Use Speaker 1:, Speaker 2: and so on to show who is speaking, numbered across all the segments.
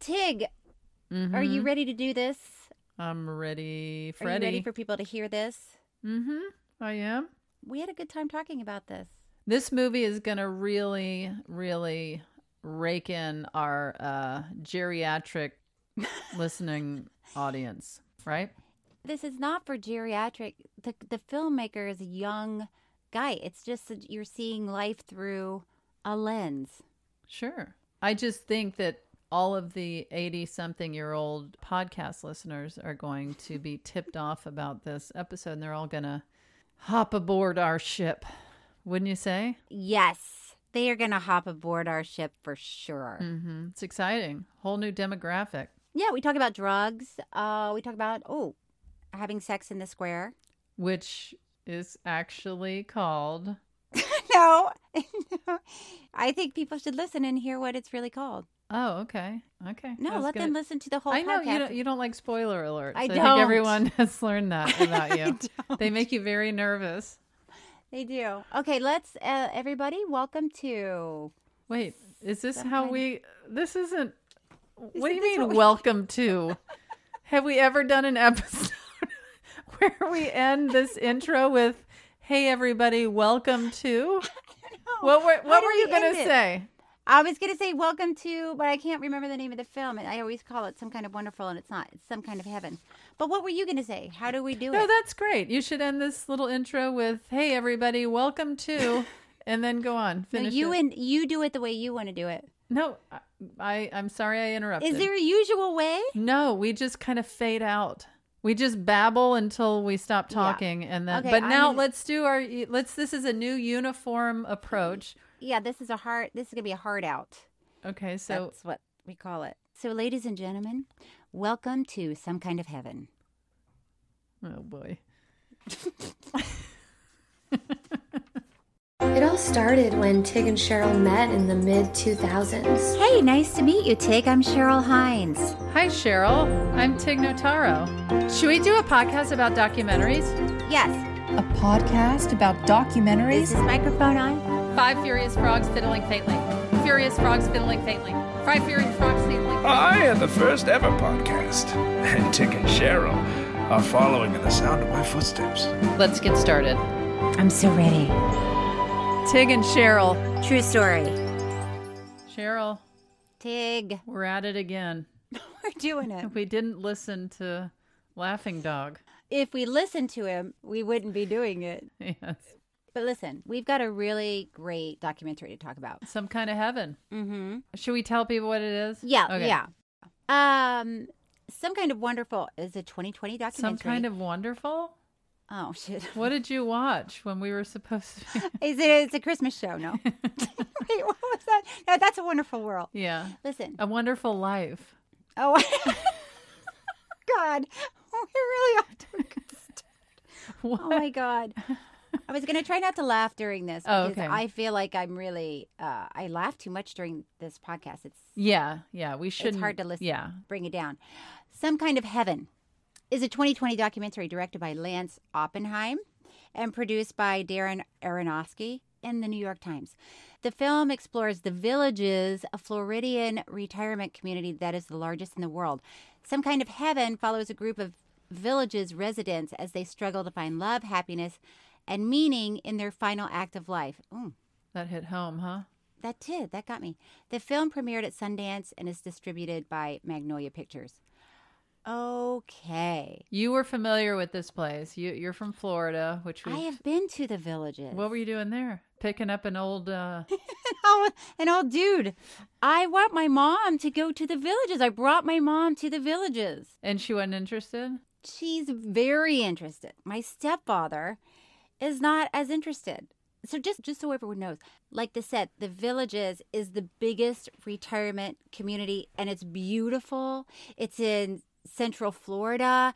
Speaker 1: Tig, are you ready to do this?
Speaker 2: Mm-hmm. I'm ready,
Speaker 1: Are you
Speaker 2: Freddie.
Speaker 1: ready for people to hear this?
Speaker 2: mm-hmm. I am.
Speaker 1: We had a good time talking about this.
Speaker 2: This movie is gonna really, really rake in our uh, geriatric listening audience, right?
Speaker 1: This is not for geriatric. The the filmmaker is a young guy. It's just that you're seeing life through a lens.
Speaker 2: Sure. I just think that all of the 80 something year old podcast listeners are going to be tipped off about this episode and they're all going to hop aboard our ship. Wouldn't you say?
Speaker 1: Yes, they are gonna hop aboard our ship for sure.
Speaker 2: Mm-hmm. It's exciting. Whole new demographic.
Speaker 1: Yeah, we talk about drugs. Uh, we talk about oh, having sex in the square.
Speaker 2: which is actually called
Speaker 1: no, I think people should listen and hear what it's really called.
Speaker 2: oh okay okay
Speaker 1: No,
Speaker 2: I was
Speaker 1: let them
Speaker 2: gonna-
Speaker 1: listen to the whole.
Speaker 2: i know
Speaker 1: podcast.
Speaker 2: you don't, you don't like spoiler alerts
Speaker 1: I
Speaker 2: think
Speaker 1: don't.
Speaker 2: everyone has learned that about
Speaker 1: I
Speaker 2: you they
Speaker 1: don't.
Speaker 2: make you very nervous
Speaker 1: They do. Okay, let's uh, everybody welcome to.
Speaker 2: wait is this
Speaker 1: Some
Speaker 2: how
Speaker 1: kind
Speaker 2: we this isn't what do you
Speaker 1: this
Speaker 2: mean
Speaker 1: what we-
Speaker 2: welcome to have we ever done an episode where we end this intro with hey everybody welcome to what were
Speaker 1: How
Speaker 2: what
Speaker 1: do
Speaker 2: were you
Speaker 1: we
Speaker 2: gonna
Speaker 1: end it?
Speaker 2: say
Speaker 1: I was gonna say welcome to, but I can't remember the name of the film, and I always call it some kind of wonderful, and it's not. It's some kind of heaven. But what were you gonna say? How do we do
Speaker 2: No,
Speaker 1: it?
Speaker 2: that's great. You should end this little intro with "Hey, everybody, welcome to," and then go on.
Speaker 1: No,
Speaker 2: Finish
Speaker 1: you
Speaker 2: it.
Speaker 1: and you do it the way you want to do it.
Speaker 2: no, I- I I'm sorry I interrupted.
Speaker 1: Is there a usual way?
Speaker 2: No, we just kind of fade out. We just babble until we stop talking, and then.
Speaker 1: Okay,
Speaker 2: but
Speaker 1: I'm
Speaker 2: now
Speaker 1: gonna-
Speaker 2: let's do our e, let's. This is a new uniform approach.
Speaker 1: Yeah, this is a hard. This is gonna be a hard out.
Speaker 2: Okay, so
Speaker 1: that's what we call it. So, ladies and gentlemen, welcome to some kind of heaven.
Speaker 2: oh boy,
Speaker 3: It all started when Tig and Cheryl met in the mid 2000s.
Speaker 1: Hey, nice to meet you, Tig. I'm Cheryl Hines.
Speaker 2: hi Cheryl, I'm Tig Notaro. Should we do a podcast about documentaries?
Speaker 1: Yes,
Speaker 4: A podcast about documentaries?
Speaker 1: is this microphone on?
Speaker 2: Five furious frogs fiddling faintly. Furious frogs fiddling faintly. Five furious frogs fiddling.
Speaker 5: I am the first ever podcast, and Tick and Cheryl are following in the sound of my footsteps.
Speaker 2: Let's get started.
Speaker 1: I'm so ready.
Speaker 2: Tig and Cheryl.
Speaker 1: True story.
Speaker 2: Cheryl,
Speaker 1: Tig,
Speaker 2: we're at it again.
Speaker 1: we're doing it.
Speaker 2: We didn't listen to Laughing Dog.
Speaker 1: If we listened to him, we wouldn't be doing it.
Speaker 2: Yes.
Speaker 1: But listen, we've got a really great documentary to talk about.
Speaker 2: Some kind of heaven.
Speaker 1: Mm-hmm.
Speaker 2: Should we tell people what it is?
Speaker 1: Yeah,
Speaker 2: Okay.
Speaker 1: yeah. Um, some kind of wonderful is a 2020 documentary.
Speaker 2: Some kind of wonderful?
Speaker 1: oh shit.
Speaker 2: What did you watch when we were supposed to?
Speaker 1: Is it? It's a Christmas show. No. Wait, what was that? No, that's a wonderful world.
Speaker 2: yeah.
Speaker 1: Listen.
Speaker 2: A Wonderful Life.
Speaker 1: Oh. God, we're really off to a good start.
Speaker 2: What?
Speaker 1: Oh my god. I was gonna try not to laugh during this
Speaker 2: Oh,
Speaker 1: because
Speaker 2: okay.
Speaker 1: I feel like I'm really uh, I laugh too much during this podcast. It's
Speaker 2: yeah, yeah. We should.
Speaker 1: hard to listen.
Speaker 2: Yeah.
Speaker 1: bring it down. Some kind of heaven is a 2020 documentary directed by Lance Oppenheim and produced by Darren Aronofsky and the New York Times. The film explores the villages, a Floridian retirement community that is the largest in the world. Some Kind of Heaven follows a group of villages residents as they struggle to find love, happiness, and meaning in their final act of life. Ooh.
Speaker 2: That hit home, huh?
Speaker 1: That did. That got me. The film premiered at Sundance and is distributed by Magnolia Pictures. Okay.
Speaker 2: You were familiar with this place. You, you're from Florida, which we.
Speaker 1: I have been to the villages.
Speaker 2: What were you doing there? Picking up an old. Uh,
Speaker 1: oh, an old dude. I want my mom to go to the villages. I brought my mom to the villages.
Speaker 2: and she wasn't interested.
Speaker 1: She's very interested. My stepfather is not as interested. So just just so everyone knows, like they said, the villages is the biggest retirement community and it's beautiful. It's in central Florida.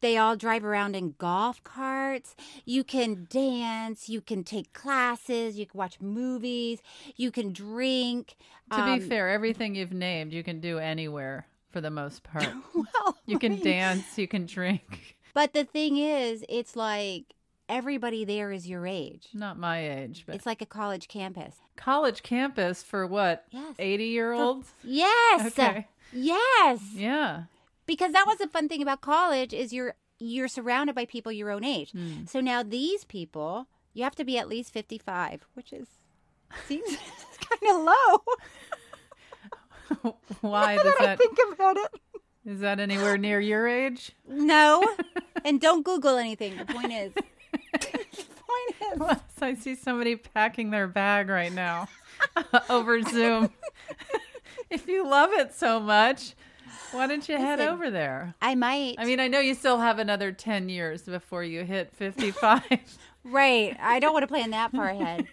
Speaker 1: They all drive around in golf carts. You can dance, you can take classes, you can watch movies, you can drink.
Speaker 2: To
Speaker 1: Um,
Speaker 2: be fair, everything you've named, you can do anywhere for the most part. you can dance. You can drink.
Speaker 1: But the thing is, it's like everybody there is your age.
Speaker 2: Not my age, but
Speaker 1: It's like a college campus.
Speaker 2: college campus for what?
Speaker 1: Yes.
Speaker 2: Eighty year olds.
Speaker 1: Yes.
Speaker 2: Okay.
Speaker 1: Yes.
Speaker 2: Yeah.
Speaker 1: Because that was the fun thing about college is you're you're surrounded by people your own age. So now these people, you have to be at least 55, which is seems kind of low.
Speaker 2: Why
Speaker 1: now
Speaker 2: does
Speaker 1: that I
Speaker 2: that
Speaker 1: think about it.
Speaker 2: is that anywhere near your age?
Speaker 1: No. and don't google anything. The point is the point is
Speaker 2: Plus, I see somebody packing their bag right now over Zoom. if you love it so much, why don't you head
Speaker 1: Listen.
Speaker 2: over there?
Speaker 1: I might
Speaker 2: I mean, I know you still have another 10 years before you hit 55.
Speaker 1: Right. I don't want to plan that far ahead.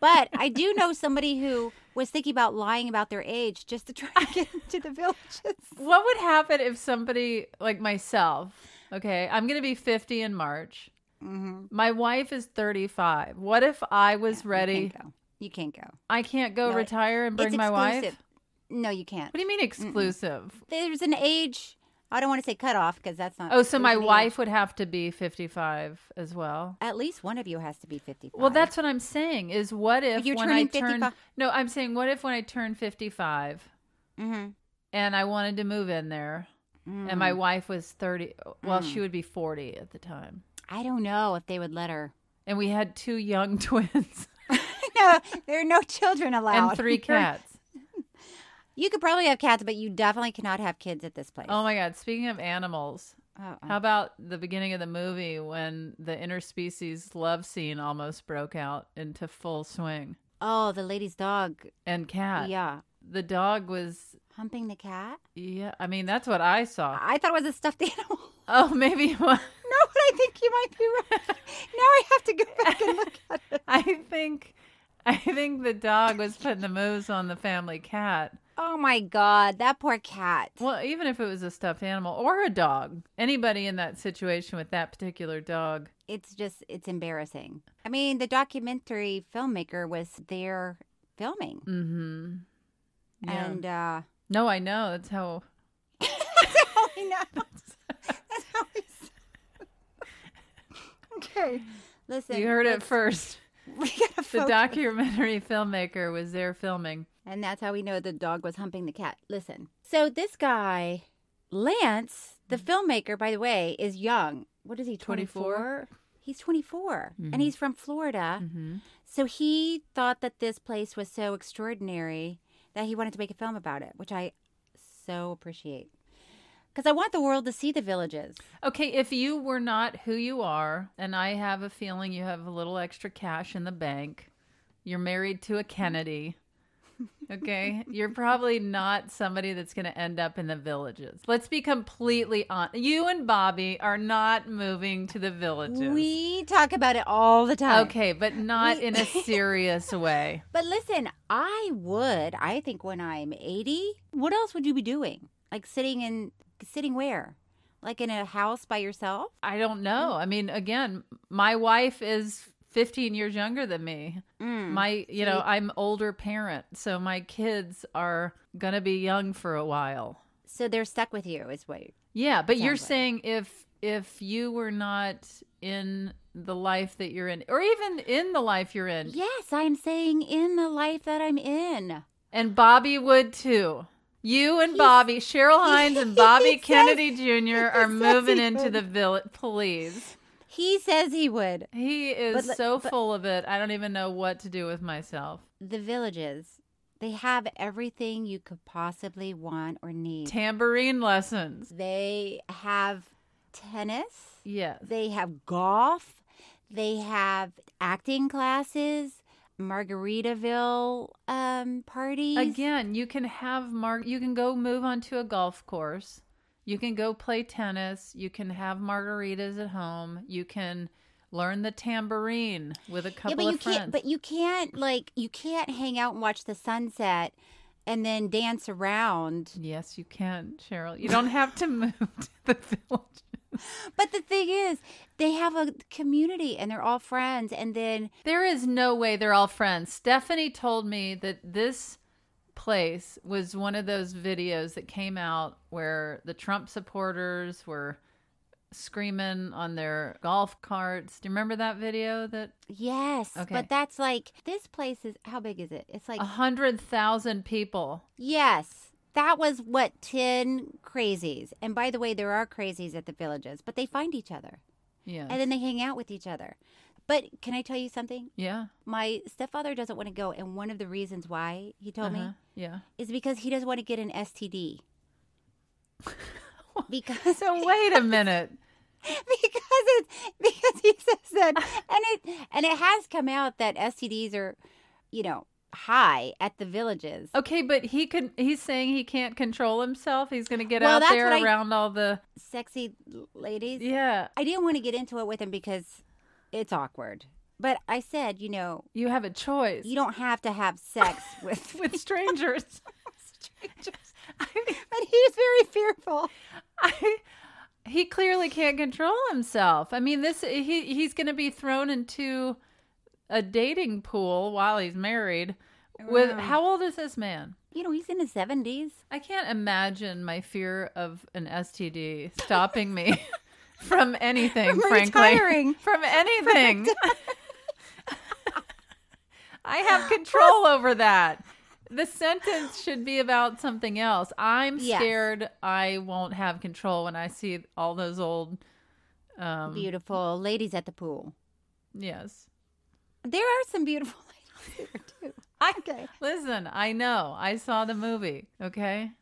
Speaker 1: But I do know somebody who was thinking about lying about their age just to try to get into the villages.
Speaker 2: what would happen if somebody like myself, okay, I'm going to be 50 in March. My wife is 35. What if I was
Speaker 1: Mm-hmm. You
Speaker 2: ready?
Speaker 1: can't go. You can't go.
Speaker 2: I can't go
Speaker 1: No, it-
Speaker 2: retire and bring
Speaker 1: it's
Speaker 2: my wife?
Speaker 1: exclusive. No, you can't.
Speaker 2: What do you mean exclusive?
Speaker 1: There's an age. I don't want to say cutoff because that's not.
Speaker 2: Oh, so
Speaker 1: there's
Speaker 2: my
Speaker 1: an age.
Speaker 2: wife would have to be 55 as well.
Speaker 1: At least one of you has to be 55.
Speaker 2: Well, that's what I'm saying is what if
Speaker 1: You're
Speaker 2: when I
Speaker 1: turning
Speaker 2: turn
Speaker 1: 55.
Speaker 2: No, I'm saying what if when I turn 55
Speaker 1: Mhm.
Speaker 2: and I wanted to move in there and
Speaker 1: Mm.
Speaker 2: my wife was 30, well, she would be 40 at the time.
Speaker 1: I don't know if they would let her.
Speaker 2: And we had two young twins
Speaker 1: no, there are no children allowed.
Speaker 2: and three cats.
Speaker 1: You could probably have cats, but you definitely cannot have kids at this place.
Speaker 2: Oh my god, speaking of animals,
Speaker 1: Uh-uh.
Speaker 2: How about the beginning of the movie when the interspecies love scene almost broke out into full swing
Speaker 1: Oh, the lady's dog.
Speaker 2: and cat?
Speaker 1: Yeah.
Speaker 2: The dog was,
Speaker 1: Humping the cat?
Speaker 2: yeah, I mean, that's what I saw.
Speaker 1: I thought it was a stuffed animal.
Speaker 2: Oh, maybe it was.
Speaker 1: No, but I think you might be right. Now I have to go back and look at it.
Speaker 2: I think, I think the dog was putting the moves on the family cat.
Speaker 1: Oh my god, that poor cat.
Speaker 2: Well, even if it was a stuffed animal or a dog, anybody in that situation with that particular dog,
Speaker 1: It's just it's embarrassing. I mean, the documentary filmmaker was there filming.
Speaker 2: mm-hmm. Yeah.
Speaker 1: And uh
Speaker 2: no, I know that's how.
Speaker 1: I know. That's how we s- Okay. Listen.
Speaker 2: You heard it
Speaker 1: let's-
Speaker 2: first.
Speaker 1: We gotta
Speaker 2: The
Speaker 1: focus.
Speaker 2: documentary filmmaker was there filming.
Speaker 1: And that's how we know the dog was humping the cat. Listen. So this guy, Lance, the filmmaker, by the way, is young. What is he, 24?
Speaker 2: 24?
Speaker 1: He's 24 and he's from Florida. So he thought that this place was so extraordinary that he wanted to make a film about it, which I so appreciate. Because I want the world to see the villages.
Speaker 2: Okay, if you were not who you are, and I have a feeling you have a little extra cash in the bank, you're married to a Kennedy. Okay, you're probably not somebody that's going to end up in the villages. Let's be completely honest. You and Bobby are not moving to the villages.
Speaker 1: We talk about it all the time.
Speaker 2: okay, but not
Speaker 1: We-
Speaker 2: in a serious way.
Speaker 1: But listen, I would. I think when I'm 80, what else would you be doing? Like sitting in sitting where? Like in a house by yourself?
Speaker 2: I don't
Speaker 1: Mm.
Speaker 2: know. I mean, again, my wife is 15 years younger than me.
Speaker 1: Mm.
Speaker 2: My, you know, I'm older parent, so my kids are going to be young for a while.
Speaker 1: So they're stuck with you is what
Speaker 2: Yeah, but you're
Speaker 1: Sounds like-
Speaker 2: saying if if you were not in the life that you're in, or even in the life you're in.
Speaker 1: Yes, I'm saying in the life that I'm in.
Speaker 2: And Bobby would too. You and Bobby, Cheryl Hines and Bobby
Speaker 1: he says-
Speaker 2: Kennedy Jr. are
Speaker 1: he says
Speaker 2: moving
Speaker 1: he
Speaker 2: into
Speaker 1: would.
Speaker 2: the village. Please.
Speaker 1: He says he would.
Speaker 2: He is
Speaker 1: But le-
Speaker 2: so full of it. I don't even know what to do with myself.
Speaker 1: The villages, they have everything you could possibly want or need.
Speaker 2: Tambourine lessons.
Speaker 1: They have tennis.
Speaker 2: Yes.
Speaker 1: They have golf. They have acting classes, Margaritaville um, parties.
Speaker 2: Again, you can have mar- you can go move onto a golf course. You can go play tennis. You can have margaritas at home. You can learn the tambourine with a
Speaker 1: yeah,
Speaker 2: couple
Speaker 1: but you
Speaker 2: of friends.
Speaker 1: can't. But you can't like you can't hang out and watch the sunset and then dance around.
Speaker 2: Yes, you can, Cheryl. You don't have to move to the village.
Speaker 1: But the thing is, they have a community and they're all friends. And then
Speaker 2: There is no way they're all friends. Stephanie told me that this place was one of those videos that came out where the Trump supporters were screaming on their golf carts. Do you remember that video that
Speaker 1: yes,
Speaker 2: Okay. Uh-huh.
Speaker 1: but that's like this place is how big is it? It's like
Speaker 2: a hundred thousand people?
Speaker 1: Yes. That was what 10 crazies. And by the way, there are crazies at the villages, but they find each other
Speaker 2: Yeah.
Speaker 1: and then they hang out with each other. But can I tell you something?
Speaker 2: yeah.
Speaker 1: My stepfather doesn't want to go. And one of the reasons why he told
Speaker 2: Uh-huh.
Speaker 1: me
Speaker 2: Yeah.
Speaker 1: is because he doesn't want to get an STD. because
Speaker 2: So wait a minute.
Speaker 1: because it because he says that and it and it has come out that STDs are you know high at the villages.
Speaker 2: Okay, but he could he's saying he can't control himself. He's gonna get
Speaker 1: Well,
Speaker 2: out
Speaker 1: that's
Speaker 2: there
Speaker 1: what I-
Speaker 2: around all the
Speaker 1: Sexy l- ladies.
Speaker 2: Yeah.
Speaker 1: I didn't want to get into it with him because it's awkward. But I said, you know,
Speaker 2: You have a choice.
Speaker 1: you don't have to have sex with.
Speaker 2: with strangers. I,
Speaker 1: but he was very fearful.
Speaker 2: I, he clearly can't control himself. I mean, this he he's going to be thrown into a dating pool while he's married. With how old is this man?
Speaker 1: You know, he's in his seventies.
Speaker 2: I can't imagine my fear of an STD stopping me from anything.
Speaker 1: From
Speaker 2: frankly,
Speaker 1: retiring.
Speaker 2: from anything. I have control over that. The sentence should be about something else. I'm
Speaker 1: Yes.
Speaker 2: scared I won't have control when I see all those old. Um,
Speaker 1: Mm-hmm. Beautiful ladies at the pool.
Speaker 2: yes.
Speaker 1: There are some beautiful ladies there too.
Speaker 2: I,
Speaker 1: Okay.
Speaker 2: Listen, I know. I saw the movie. Okay.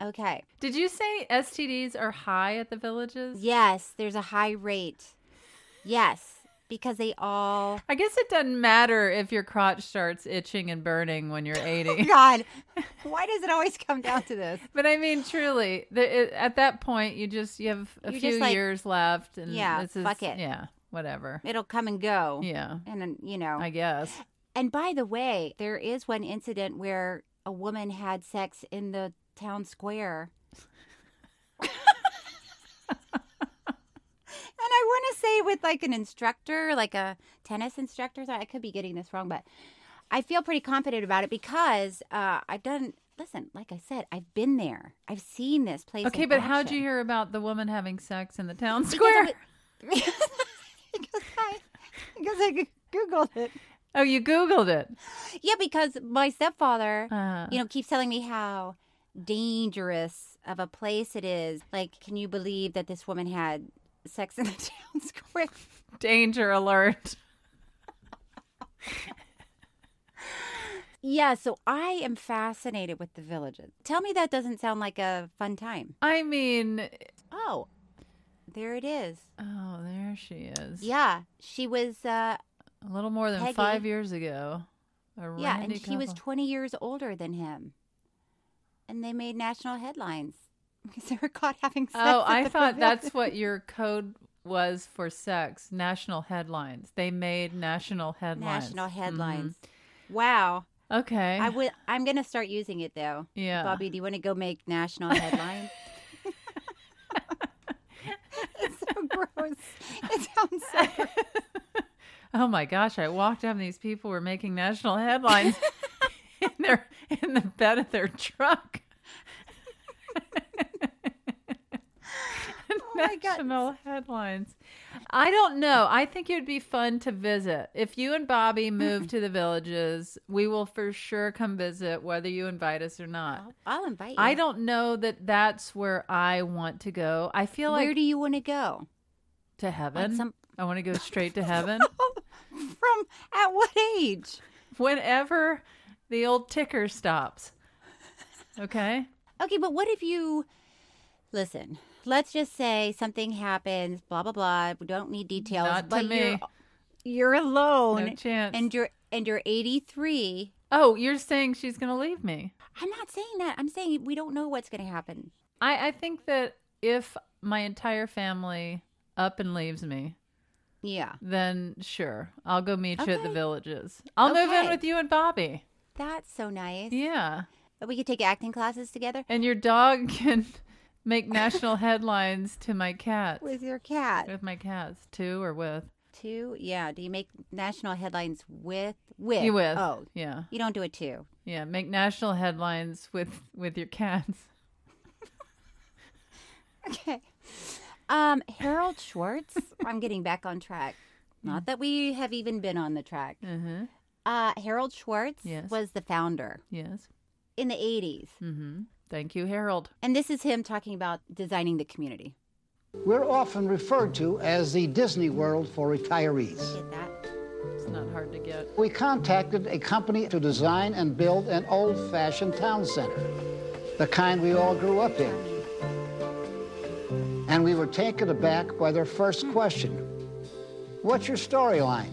Speaker 1: Okay.
Speaker 2: Did you say STDs are high at the villages?
Speaker 1: Yes, there's a high rate. Yes, because they all.
Speaker 2: I guess it doesn't matter if your crotch starts itching and burning when you're 80.
Speaker 1: God, why does it always come down to this?
Speaker 2: But I mean, truly, the, it, at that point, you just you have a
Speaker 1: You're just
Speaker 2: few
Speaker 1: like,
Speaker 2: years left, and
Speaker 1: yeah,
Speaker 2: this is,
Speaker 1: fuck it.
Speaker 2: yeah, whatever,
Speaker 1: It'll come and go.
Speaker 2: yeah,
Speaker 1: And then, you know,
Speaker 2: I guess.
Speaker 1: And by the way, there is one incident where a woman had sex in the town square. and I want to say with like an instructor, like a tennis instructor. so I could be getting this wrong, but I feel pretty confident about it because uh, I've done. Listen, like I said, I've been there. I've seen this place.
Speaker 2: Okay,
Speaker 1: in
Speaker 2: but how'd
Speaker 1: action.
Speaker 2: you hear about the woman having sex in the town
Speaker 1: Because
Speaker 2: square?
Speaker 1: it was- because I, because I googled it.
Speaker 2: oh, you Googled it.
Speaker 1: Yeah, because my stepfather,
Speaker 2: Uh.
Speaker 1: you know, keeps telling me how dangerous of a place it is. Like, can you believe that this woman had sex in the town square?
Speaker 2: Danger alert.
Speaker 1: Yeah, so I am fascinated with the villages. Tell me that doesn't sound like a fun time.
Speaker 2: I mean,
Speaker 1: Oh, there it is.
Speaker 2: oh, there she is.
Speaker 1: Yeah, she was. Uh,
Speaker 2: a little more than
Speaker 1: Peggy.
Speaker 2: five years ago. A
Speaker 1: yeah,
Speaker 2: Randy
Speaker 1: and she was
Speaker 2: couple.
Speaker 1: 20 years older than him, and they made national headlines because they were caught having sex.
Speaker 2: Oh,
Speaker 1: at
Speaker 2: I
Speaker 1: the
Speaker 2: thought that's
Speaker 1: pavilion.
Speaker 2: what your code was for sex. National headlines. They made national headlines.
Speaker 1: national
Speaker 2: Mhm.
Speaker 1: headlines. Wow.
Speaker 2: Okay.
Speaker 1: I would. I'm gonna start using it though.
Speaker 2: Yeah.
Speaker 1: Bobby, do you want to go make national headlines? it's so gross. It sounds so. gross.
Speaker 2: oh my gosh! I walked up and these people were making national headlines in their in the bed of their truck.
Speaker 1: Oh my God.
Speaker 2: national headlines. I don't know. I think it would be fun to visit. If you and Bobby move to the villages, we will for sure come visit, whether you invite us or not.
Speaker 1: I'll invite you.
Speaker 2: I don't know that that's where I want to go. I feel
Speaker 1: Where
Speaker 2: like
Speaker 1: do you want to go?
Speaker 2: to heaven.
Speaker 1: some-
Speaker 2: I want to go straight to heaven.
Speaker 1: From at what age?
Speaker 2: Whenever the old ticker stops. Okay.
Speaker 1: Okay, but what if you listen? Let's just say something happens. Blah blah blah. We don't need details.
Speaker 2: Not to
Speaker 1: but You're,
Speaker 2: me.
Speaker 1: you're alone.
Speaker 2: No chance.
Speaker 1: And you're and you're 83.
Speaker 2: Oh, you're saying she's going to leave me.
Speaker 1: I'm not saying that. I'm saying we don't know what's going to happen.
Speaker 2: I, I think that if my entire family up and leaves me,
Speaker 1: Yeah,
Speaker 2: then sure, I'll go meet you at the
Speaker 1: Okay.
Speaker 2: villages. I'll move in
Speaker 1: Okay.
Speaker 2: with you and Bobby.
Speaker 1: that's so nice.
Speaker 2: Yeah.
Speaker 1: But we could take acting classes together
Speaker 2: And your dog can make national headlines to my cat.
Speaker 1: with your cat
Speaker 2: With my cats, too, or with.
Speaker 1: too. Yeah. Do you make national headlines with with
Speaker 2: You with.
Speaker 1: Oh,
Speaker 2: Yeah.
Speaker 1: you don't do it too.
Speaker 2: Yeah. Make national headlines with with your cats.
Speaker 1: Okay. Um, Harold Schwartz. I'm getting back on track.
Speaker 2: Hmm.
Speaker 1: Not that we have even been on the track.
Speaker 2: Uh-huh.
Speaker 1: Uh, Harold Schwartz
Speaker 2: Yes.
Speaker 1: was the founder
Speaker 2: Yes.
Speaker 1: in the 80s.
Speaker 2: Mm-hmm. Thank you, Harold.
Speaker 1: And this is him talking about designing the community.
Speaker 6: We're often referred to as the Disney World for retirees.
Speaker 1: Get that?
Speaker 2: It's not hard to get.
Speaker 6: We contacted a company to design and build an old fashioned town center, the kind we all grew up in. And we were taken aback by their first question What's your storyline?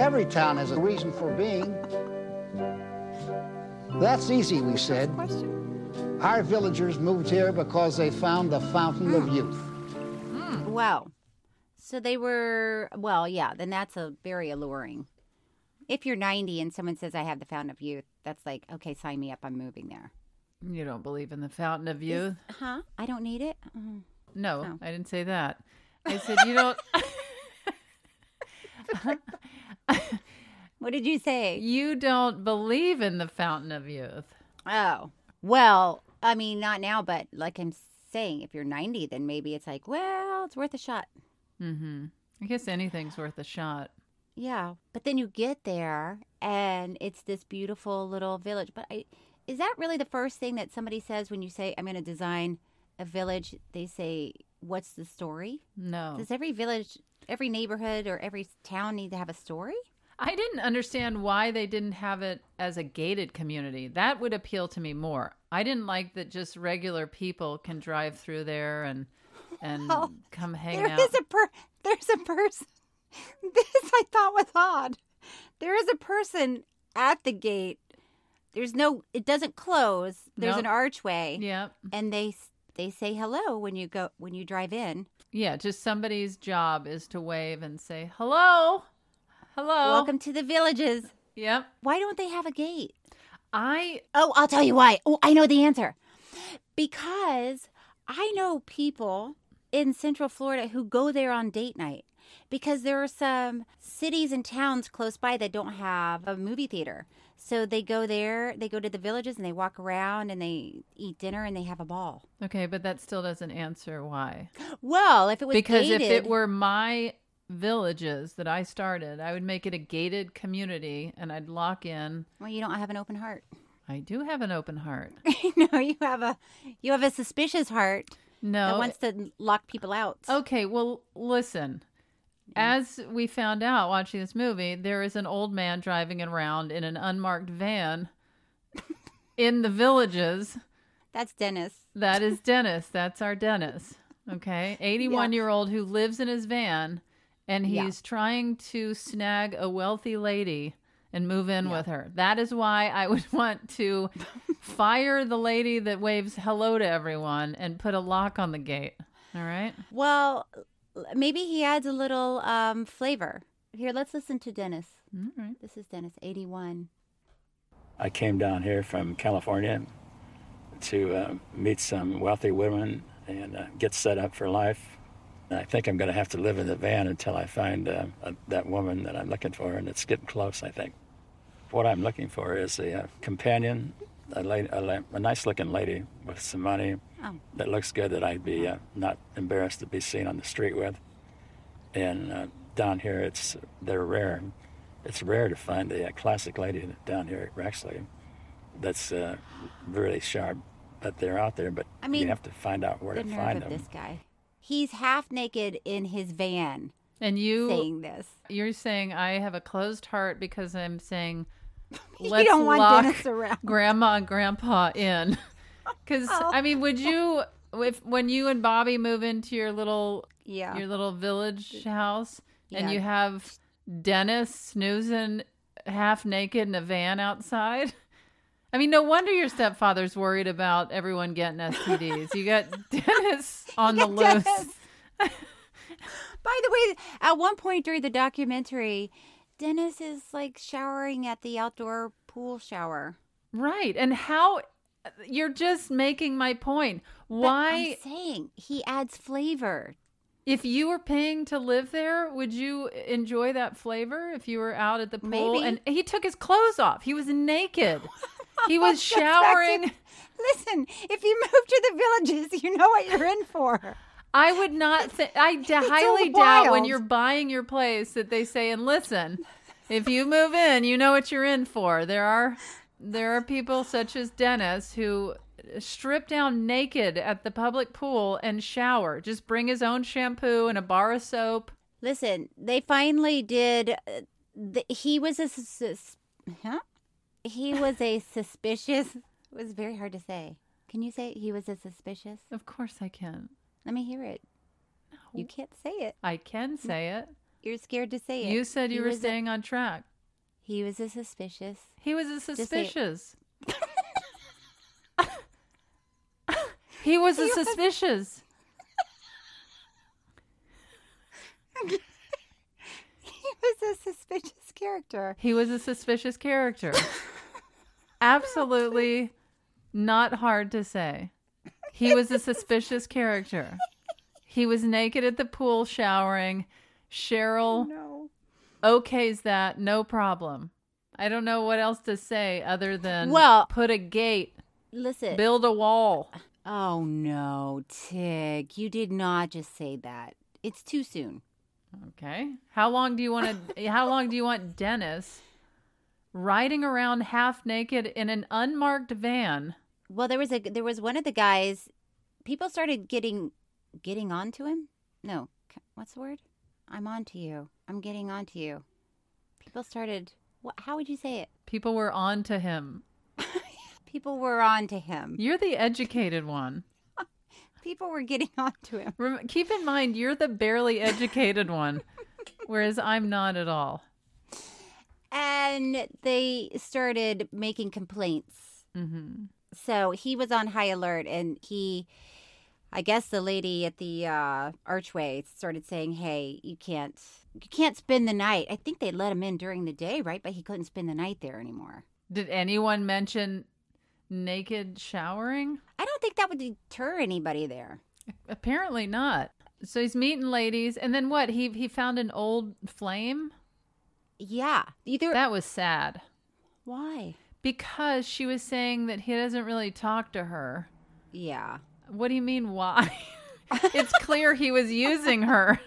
Speaker 6: Every town has a reason for being. That's easy, we said. Our villagers moved here because they found the fountain of youth.
Speaker 1: Wow. So they were, well, yeah, then that's a very alluring. If you're 90 and someone says, I have the fountain of youth, that's like, okay, sign me up. I'm moving there.
Speaker 2: You don't believe in the fountain of youth?
Speaker 1: Huh? I don't need it. Mm.
Speaker 2: No, I didn't say that. I said you don't.
Speaker 1: What did you say?
Speaker 2: you don't believe in the fountain of youth.
Speaker 1: Oh, well, I mean, not now, but like I'm saying, if you're 90, then maybe it's like, well, it's worth a shot.
Speaker 2: Mm-hmm. I guess anything's worth a shot.
Speaker 1: Yeah, but then you get there and it's this beautiful little village. But I, is that really the first thing that somebody says when you say, I'm going to design a village? They say, What's the story?
Speaker 2: No,
Speaker 1: Does every village, every neighborhood, or every town need to have a story?
Speaker 2: I didn't understand why they didn't have it as a gated community. That would appeal to me more. I didn't like that just regular people can drive through there and and
Speaker 1: Well,
Speaker 2: come hang
Speaker 1: Oh, There
Speaker 2: out.
Speaker 1: is a per there's a person this I thought was odd. There is a person at the gate. There's no it doesn't close. There's
Speaker 2: No.
Speaker 1: an archway
Speaker 2: Yep.
Speaker 1: and they they say hello when you go when you drive in.
Speaker 2: Yeah, just somebody's job is to wave and say hello, hello.
Speaker 1: Welcome to the villages.
Speaker 2: Yep.
Speaker 1: Why don't they have a gate?
Speaker 2: I
Speaker 1: Oh, I'll tell you why. Oh, I know the answer. Because I know people in Central Florida who go there on date night because there are some cities and towns close by that don't have a movie theater. So they go there, they go to the villages and they walk around and they eat dinner and they have a ball.
Speaker 2: okay, but that still doesn't answer why.
Speaker 1: Well, if it was
Speaker 2: Because if it
Speaker 1: gated-
Speaker 2: were my villages that I started, I would make it a gated community and I'd lock in.
Speaker 1: well, you don't have an open heart.
Speaker 2: I do have an open heart.
Speaker 1: no, you have a you have a suspicious heart
Speaker 2: No. Oh.
Speaker 1: that wants to lock people out.
Speaker 2: Okay, well, listen. As we found out watching this movie, there is an old man driving around in an unmarked van in the villages.
Speaker 1: that's Dennis.
Speaker 2: That is Dennis. That's our Dennis. Okay. 81 year old who lives in his van and he's
Speaker 1: Yeah.
Speaker 2: trying to snag a wealthy lady and move in with her. That is why I would want to fire the lady that waves hello to everyone and put a lock on the gate. All right.
Speaker 1: Well, l- maybe he adds a little um, flavor. Here, let's listen to Dennis.
Speaker 2: All right.
Speaker 1: This is Dennis, 81.
Speaker 7: I came down here from California to uh, meet some wealthy women and uh, get set up for life. And I think I'm going to have to live in the van until I find uh, a, that woman that I'm looking for, and it's getting close, I think. What I'm looking for is a uh, companion, a, lady, a, la- a nice looking lady
Speaker 1: Oh.
Speaker 7: with some money that looks good that I'd be uh, not embarrassed to be seen on the street with. And uh, down here, it's they're rare. It's rare to find a, uh, classic lady down here at Rexley that's uh, really sharp. But they're out there, but
Speaker 1: I mean,
Speaker 7: you have to find out where
Speaker 1: the
Speaker 7: to
Speaker 1: nerve
Speaker 7: find
Speaker 1: of
Speaker 7: them.
Speaker 1: this guy. He's half naked in his van
Speaker 2: And you
Speaker 1: saying this.
Speaker 2: You're saying I have a closed heart because I'm saying
Speaker 1: You
Speaker 2: let's
Speaker 1: don't want
Speaker 2: lock
Speaker 1: Dennis around.
Speaker 2: grandma and grandpa in. Cuz
Speaker 1: Oh.
Speaker 2: I mean, would you if when you and Bobby move into your little
Speaker 1: Yeah.
Speaker 2: your little village house and
Speaker 1: Yeah.
Speaker 2: you have Dennis snoozing half naked in a van outside? I mean, no wonder your stepfather's worried about everyone getting STDs. You got Dennis on the loose.
Speaker 1: Dennis. By the way, at one point during the documentary, Dennis is like showering at the outdoor pool shower.
Speaker 2: Right. And how you're just making my point.
Speaker 1: But
Speaker 2: Why
Speaker 1: I'm saying he adds flavor.
Speaker 2: if you were paying to live there, would you enjoy that flavor if you were out at the pool
Speaker 1: Maybe.
Speaker 2: and he took his clothes off. He was naked. He was
Speaker 1: Gets back to-
Speaker 2: showering.
Speaker 1: Listen, if you move to the villages, you know what you're in for.
Speaker 2: I would not say I d-
Speaker 1: It's
Speaker 2: highly doubt when
Speaker 1: wild.
Speaker 2: you're buying your place that they say and listen, if you move in, you know what you're in for. There are there are people such as Dennis who strip down naked at the public pool and shower. Just bring his own shampoo and a bar of soap.
Speaker 1: Listen, they finally did. uh, The, he was a sus, huh? He was a suspicious. It was very hard to say. Can you say he was a suspicious?
Speaker 2: Of course I can.
Speaker 1: Let me hear it. You can't say it.
Speaker 2: I can say it.
Speaker 1: You're scared to say it.
Speaker 2: You said
Speaker 1: He
Speaker 2: you were
Speaker 1: was a-
Speaker 2: staying on track.
Speaker 1: he was a suspicious.
Speaker 2: He was a
Speaker 1: Just say it.
Speaker 2: suspicious. he was a suspicious.
Speaker 1: He was a suspicious character.
Speaker 2: He was a suspicious character. Absolutely not hard to say. He was a suspicious character. He was naked at the pool showering. Cheryl okays that, no problem. I don't know what else to say other than
Speaker 1: Well-
Speaker 2: put a gate,
Speaker 1: Listen.
Speaker 2: build a wall.
Speaker 1: oh no, Tig! You did not just say that. It's too soon.
Speaker 2: Okay. How long do you want to? how long do you want Dennis riding around half naked in an unmarked van?
Speaker 1: Well, there was a there was one of the guys. People started getting getting on to him. No, c- what's the word? I'm on to you. I'm getting on to you. People started. What, how would you say it?
Speaker 2: People were on to him.
Speaker 1: People were on to him.
Speaker 2: You're the educated one.
Speaker 1: People were getting on to him.
Speaker 2: Rem- keep in mind, you're the barely educated one, whereas I'm not at all.
Speaker 1: And they started making complaints.
Speaker 2: hmm
Speaker 1: So he was on high alert, and he, I guess, the lady at the uh, archway started saying, "Hey, you can't, you can't spend the night." I think they let him in during the day, right? But he couldn't spend the night there anymore.
Speaker 2: Did anyone mention naked showering?
Speaker 1: I don't think that would deter anybody there.
Speaker 2: Apparently not. So he's meeting ladies, and then what? He he found an old flame.
Speaker 1: Yeah, either
Speaker 2: That was sad.
Speaker 1: why?
Speaker 2: Because she was saying that he doesn't really talk to her.
Speaker 1: Yeah.
Speaker 2: What do you mean, why? it's clear he was using her.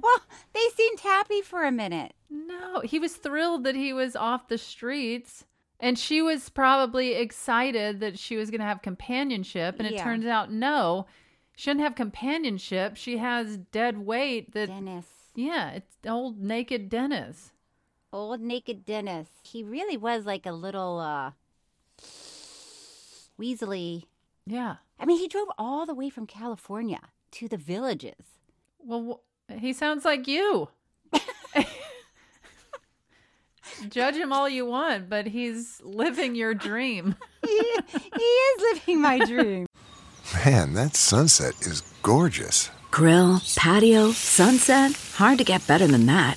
Speaker 1: Well, they seemed happy for a minute.
Speaker 2: No, he was thrilled that he was off the streets. And she was probably excited that she was going to have companionship. And it
Speaker 1: Yeah.
Speaker 2: turns out, no, she doesn't have companionship. She has dead weight that,
Speaker 1: Dennis,
Speaker 2: yeah, it's old naked Dennis.
Speaker 1: old naked Dennis, he really was like a little uh Weasley.
Speaker 2: Yeah.
Speaker 1: I mean, he drove all the way from California to the villages.
Speaker 2: Well, wh- he sounds like you. Judge him all you want, but he's living your dream.
Speaker 1: He is living my dream.
Speaker 8: Man, that sunset is gorgeous.
Speaker 9: Grill, patio, sunset. Hard to get better than that.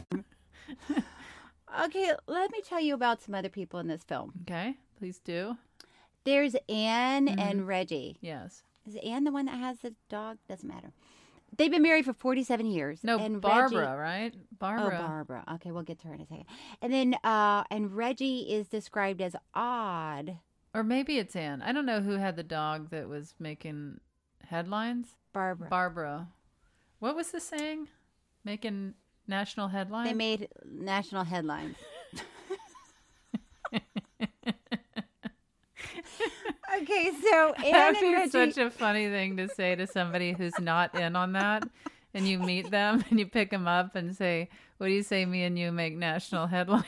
Speaker 1: Okay, let me tell you about some other people in this film.
Speaker 2: Okay, please do.
Speaker 1: There's Anne
Speaker 10: Mm-hmm.
Speaker 1: and Reggie.
Speaker 2: Yes.
Speaker 1: Is Anne the one that has the dog? Doesn't matter. They've been married for 47 years.
Speaker 2: No,
Speaker 1: and
Speaker 2: Barbara,
Speaker 1: Reggie-
Speaker 2: right?
Speaker 1: Oh,
Speaker 2: Barbara.
Speaker 1: Barbara. Okay, we'll get to her in a second. And then, uh, and Reggie is described as odd.
Speaker 2: Or maybe it's Anne. I don't know who had the dog that was making headlines.
Speaker 1: Barbara.
Speaker 2: Barbara. What was the saying? Making national headlines?
Speaker 1: They made national headlines. okay, so Anne
Speaker 2: That
Speaker 1: and Reggie.
Speaker 2: is such a funny thing to say to somebody who's not in on that. And you meet them and you pick them up and say, What do you say, me and you make national headlines?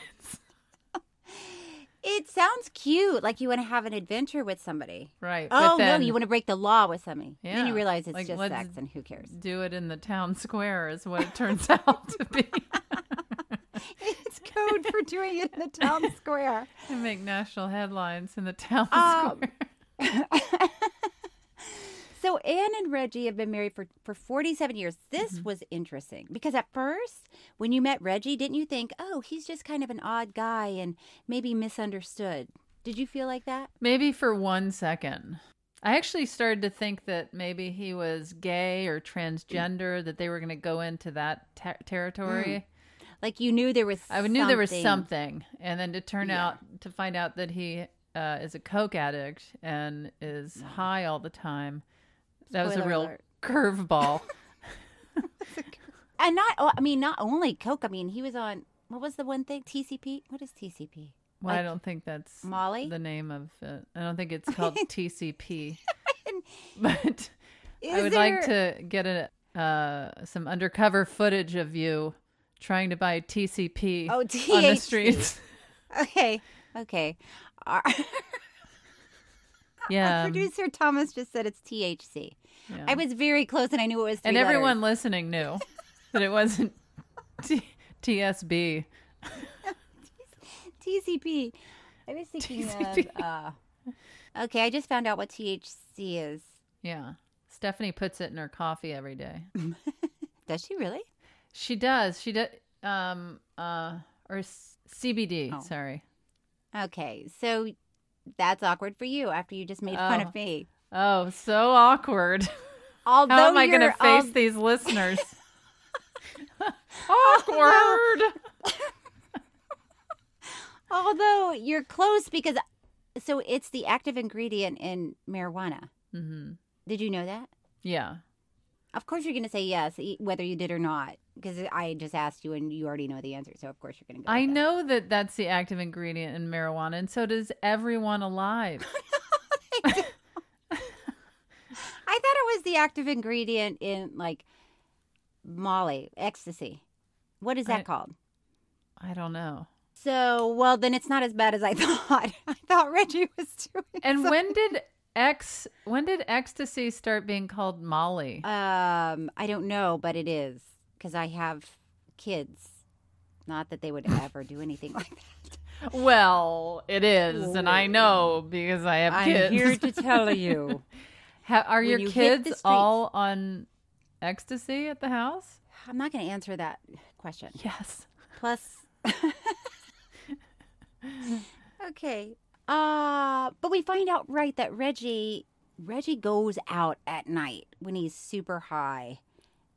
Speaker 1: It sounds cute, like you want to have an adventure with somebody.
Speaker 2: Right.
Speaker 1: Oh
Speaker 2: but then,
Speaker 1: no, you want to break the law with somebody. And then you
Speaker 2: Yeah,
Speaker 1: realize it's
Speaker 2: like,
Speaker 1: just
Speaker 2: let's
Speaker 1: sex, and who cares?
Speaker 2: Do it in the town square, is what it turns out to be.
Speaker 1: it's code for doing it in the town square.
Speaker 2: And make national headlines in the town
Speaker 1: Um,
Speaker 2: square.
Speaker 1: So Anne and Reggie have been married for, for 47 years. This
Speaker 2: Mm-hmm.
Speaker 1: was interesting because at first, when you met Reggie, didn't you think, oh, he's just kind of an odd guy and maybe misunderstood? Did you feel like that?
Speaker 2: Maybe for one second. I actually started to think that maybe he was gay or transgender, that they were going to go into that ter- territory.
Speaker 1: Like you knew there was
Speaker 2: I knew there was
Speaker 1: Hmm. something.
Speaker 2: something. And then to turn
Speaker 1: Yeah.
Speaker 2: out, to find out that he uh, is a coke addict and is high all the time, that was a
Speaker 1: Mm. Spoiler
Speaker 2: real
Speaker 1: alert.
Speaker 2: curveball.
Speaker 1: And not, oh, I mean, not only Coke. I mean, he was on, what was the one thing? TCP? What is TCP?
Speaker 2: well, I
Speaker 1: Like,
Speaker 2: don't think that's
Speaker 1: Molly?
Speaker 2: the name of it. I don't think it's called TCP. but I
Speaker 1: Is
Speaker 2: would like
Speaker 1: there-
Speaker 2: to get a, uh, some undercover footage of you trying to buy TCP
Speaker 1: Oh,
Speaker 2: on the
Speaker 1: THC.
Speaker 2: streets.
Speaker 1: Okay. Okay. Our,
Speaker 2: Yeah.
Speaker 1: our producer Thomas just said it's THC.
Speaker 2: Um, Yeah.
Speaker 1: I was very close and I knew it was three
Speaker 2: and
Speaker 1: letters.
Speaker 2: everyone listening knew that it wasn't T- TSB.
Speaker 1: TCP. I was thinking
Speaker 2: TCP.
Speaker 1: of. Uh, okay, I just found out what THC is.
Speaker 2: Yeah. Stephanie puts it in her coffee every day.
Speaker 1: Does she really?
Speaker 2: She does. She does. Um. Uh. Or s- CBD.
Speaker 1: Oh.
Speaker 2: Sorry.
Speaker 1: Okay, so that's awkward for you after you just made fun
Speaker 2: Oh.
Speaker 1: of me.
Speaker 2: Oh, so awkward.
Speaker 1: Although
Speaker 2: How am I going to
Speaker 1: you're- um,
Speaker 2: face
Speaker 1: al-
Speaker 2: these listeners?
Speaker 1: Although-
Speaker 2: awkward.
Speaker 1: Although you're close because, so it's the active ingredient in marijuana.
Speaker 2: hmm
Speaker 1: Did you know that?
Speaker 2: Yeah.
Speaker 1: Of course, you're going to say yes, e- whether you did or not, because I just asked you and you already know the answer. So of course you're going to go.
Speaker 2: I know that that's the active ingredient in marijuana, and so does everyone alive.
Speaker 1: I thought it was the active ingredient in like Molly ecstasy. What is that
Speaker 2: I-
Speaker 1: called?
Speaker 2: I don't know.
Speaker 1: So, well, then it's not as bad as I thought. I thought Reggie was doing.
Speaker 2: And when did X? When did ecstasy start being called Molly?
Speaker 1: Um, I don't know, but it is because I have kids. Not that they would ever do anything like that.
Speaker 2: Well, it is, and I know because I have
Speaker 1: I'm
Speaker 2: kids.
Speaker 1: here to tell you.
Speaker 2: Ha- are
Speaker 1: When
Speaker 2: your
Speaker 1: you hit the
Speaker 2: kids
Speaker 1: streets-
Speaker 2: all on ecstasy at the house?
Speaker 1: I'm not going to answer that question.
Speaker 2: Yes.
Speaker 1: Plus, okay. Uh, but we find out right that Reggie Reggie goes out at night when he's super high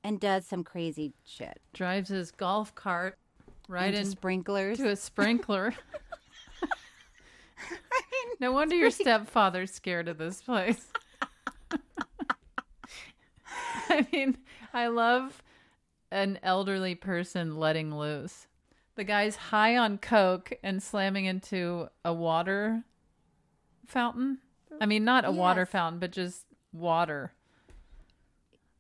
Speaker 1: and does some crazy shit.
Speaker 2: Drives his golf cart Right
Speaker 1: Into
Speaker 2: in
Speaker 1: sprinklers.
Speaker 2: to a sprinkler. no wonder your stepfather's scared of this place. I mean, I love an elderly person letting loose. The guy's high on coke and slamming into a water fountain. I mean, not a water
Speaker 1: Yes.
Speaker 2: fountain, but just water.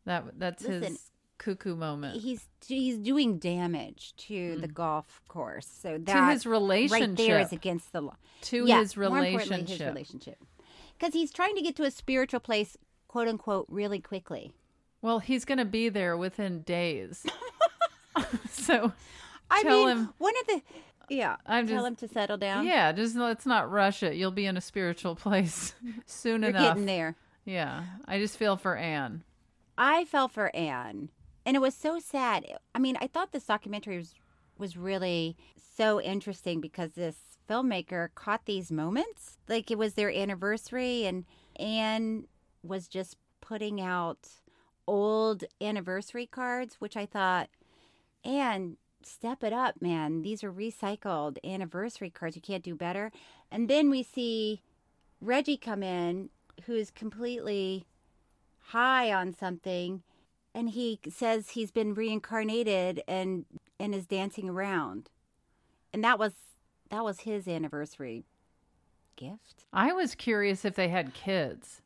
Speaker 2: That that's
Speaker 1: Listen,
Speaker 2: his cuckoo moment.
Speaker 1: He's he's doing damage to the golf course. So that
Speaker 2: Mm. his
Speaker 1: right there is
Speaker 2: relationship.
Speaker 1: against the law.
Speaker 2: To
Speaker 1: Yeah,
Speaker 2: his
Speaker 1: more importantly, his
Speaker 2: relationship.
Speaker 1: relationship. Because he's trying to get to a spiritual place, quote unquote, really quickly.
Speaker 2: Well, he's going to be there within days. so
Speaker 1: I
Speaker 2: tell
Speaker 1: mean,
Speaker 2: him,
Speaker 1: one of the yeah,
Speaker 2: I'm
Speaker 1: tell
Speaker 2: just-
Speaker 1: him to settle down.
Speaker 2: yeah, just let's not rush it. You'll be in a spiritual place soon
Speaker 1: You're
Speaker 2: enough.
Speaker 1: getting there.
Speaker 2: Yeah. I just feel for Anne.
Speaker 1: I fell for Anne, and it was so sad. I mean, I thought this documentary was was really so interesting because this filmmaker caught these moments. Like it was their anniversary, and Anne was just putting out old anniversary cards, which I thought, Anne, step it up, man. These are recycled anniversary cards. You can't do better. And then we see Reggie come in, who's completely high on something and he says he's been reincarnated and and is dancing around and that was that was his anniversary gift
Speaker 2: I was curious if they had kids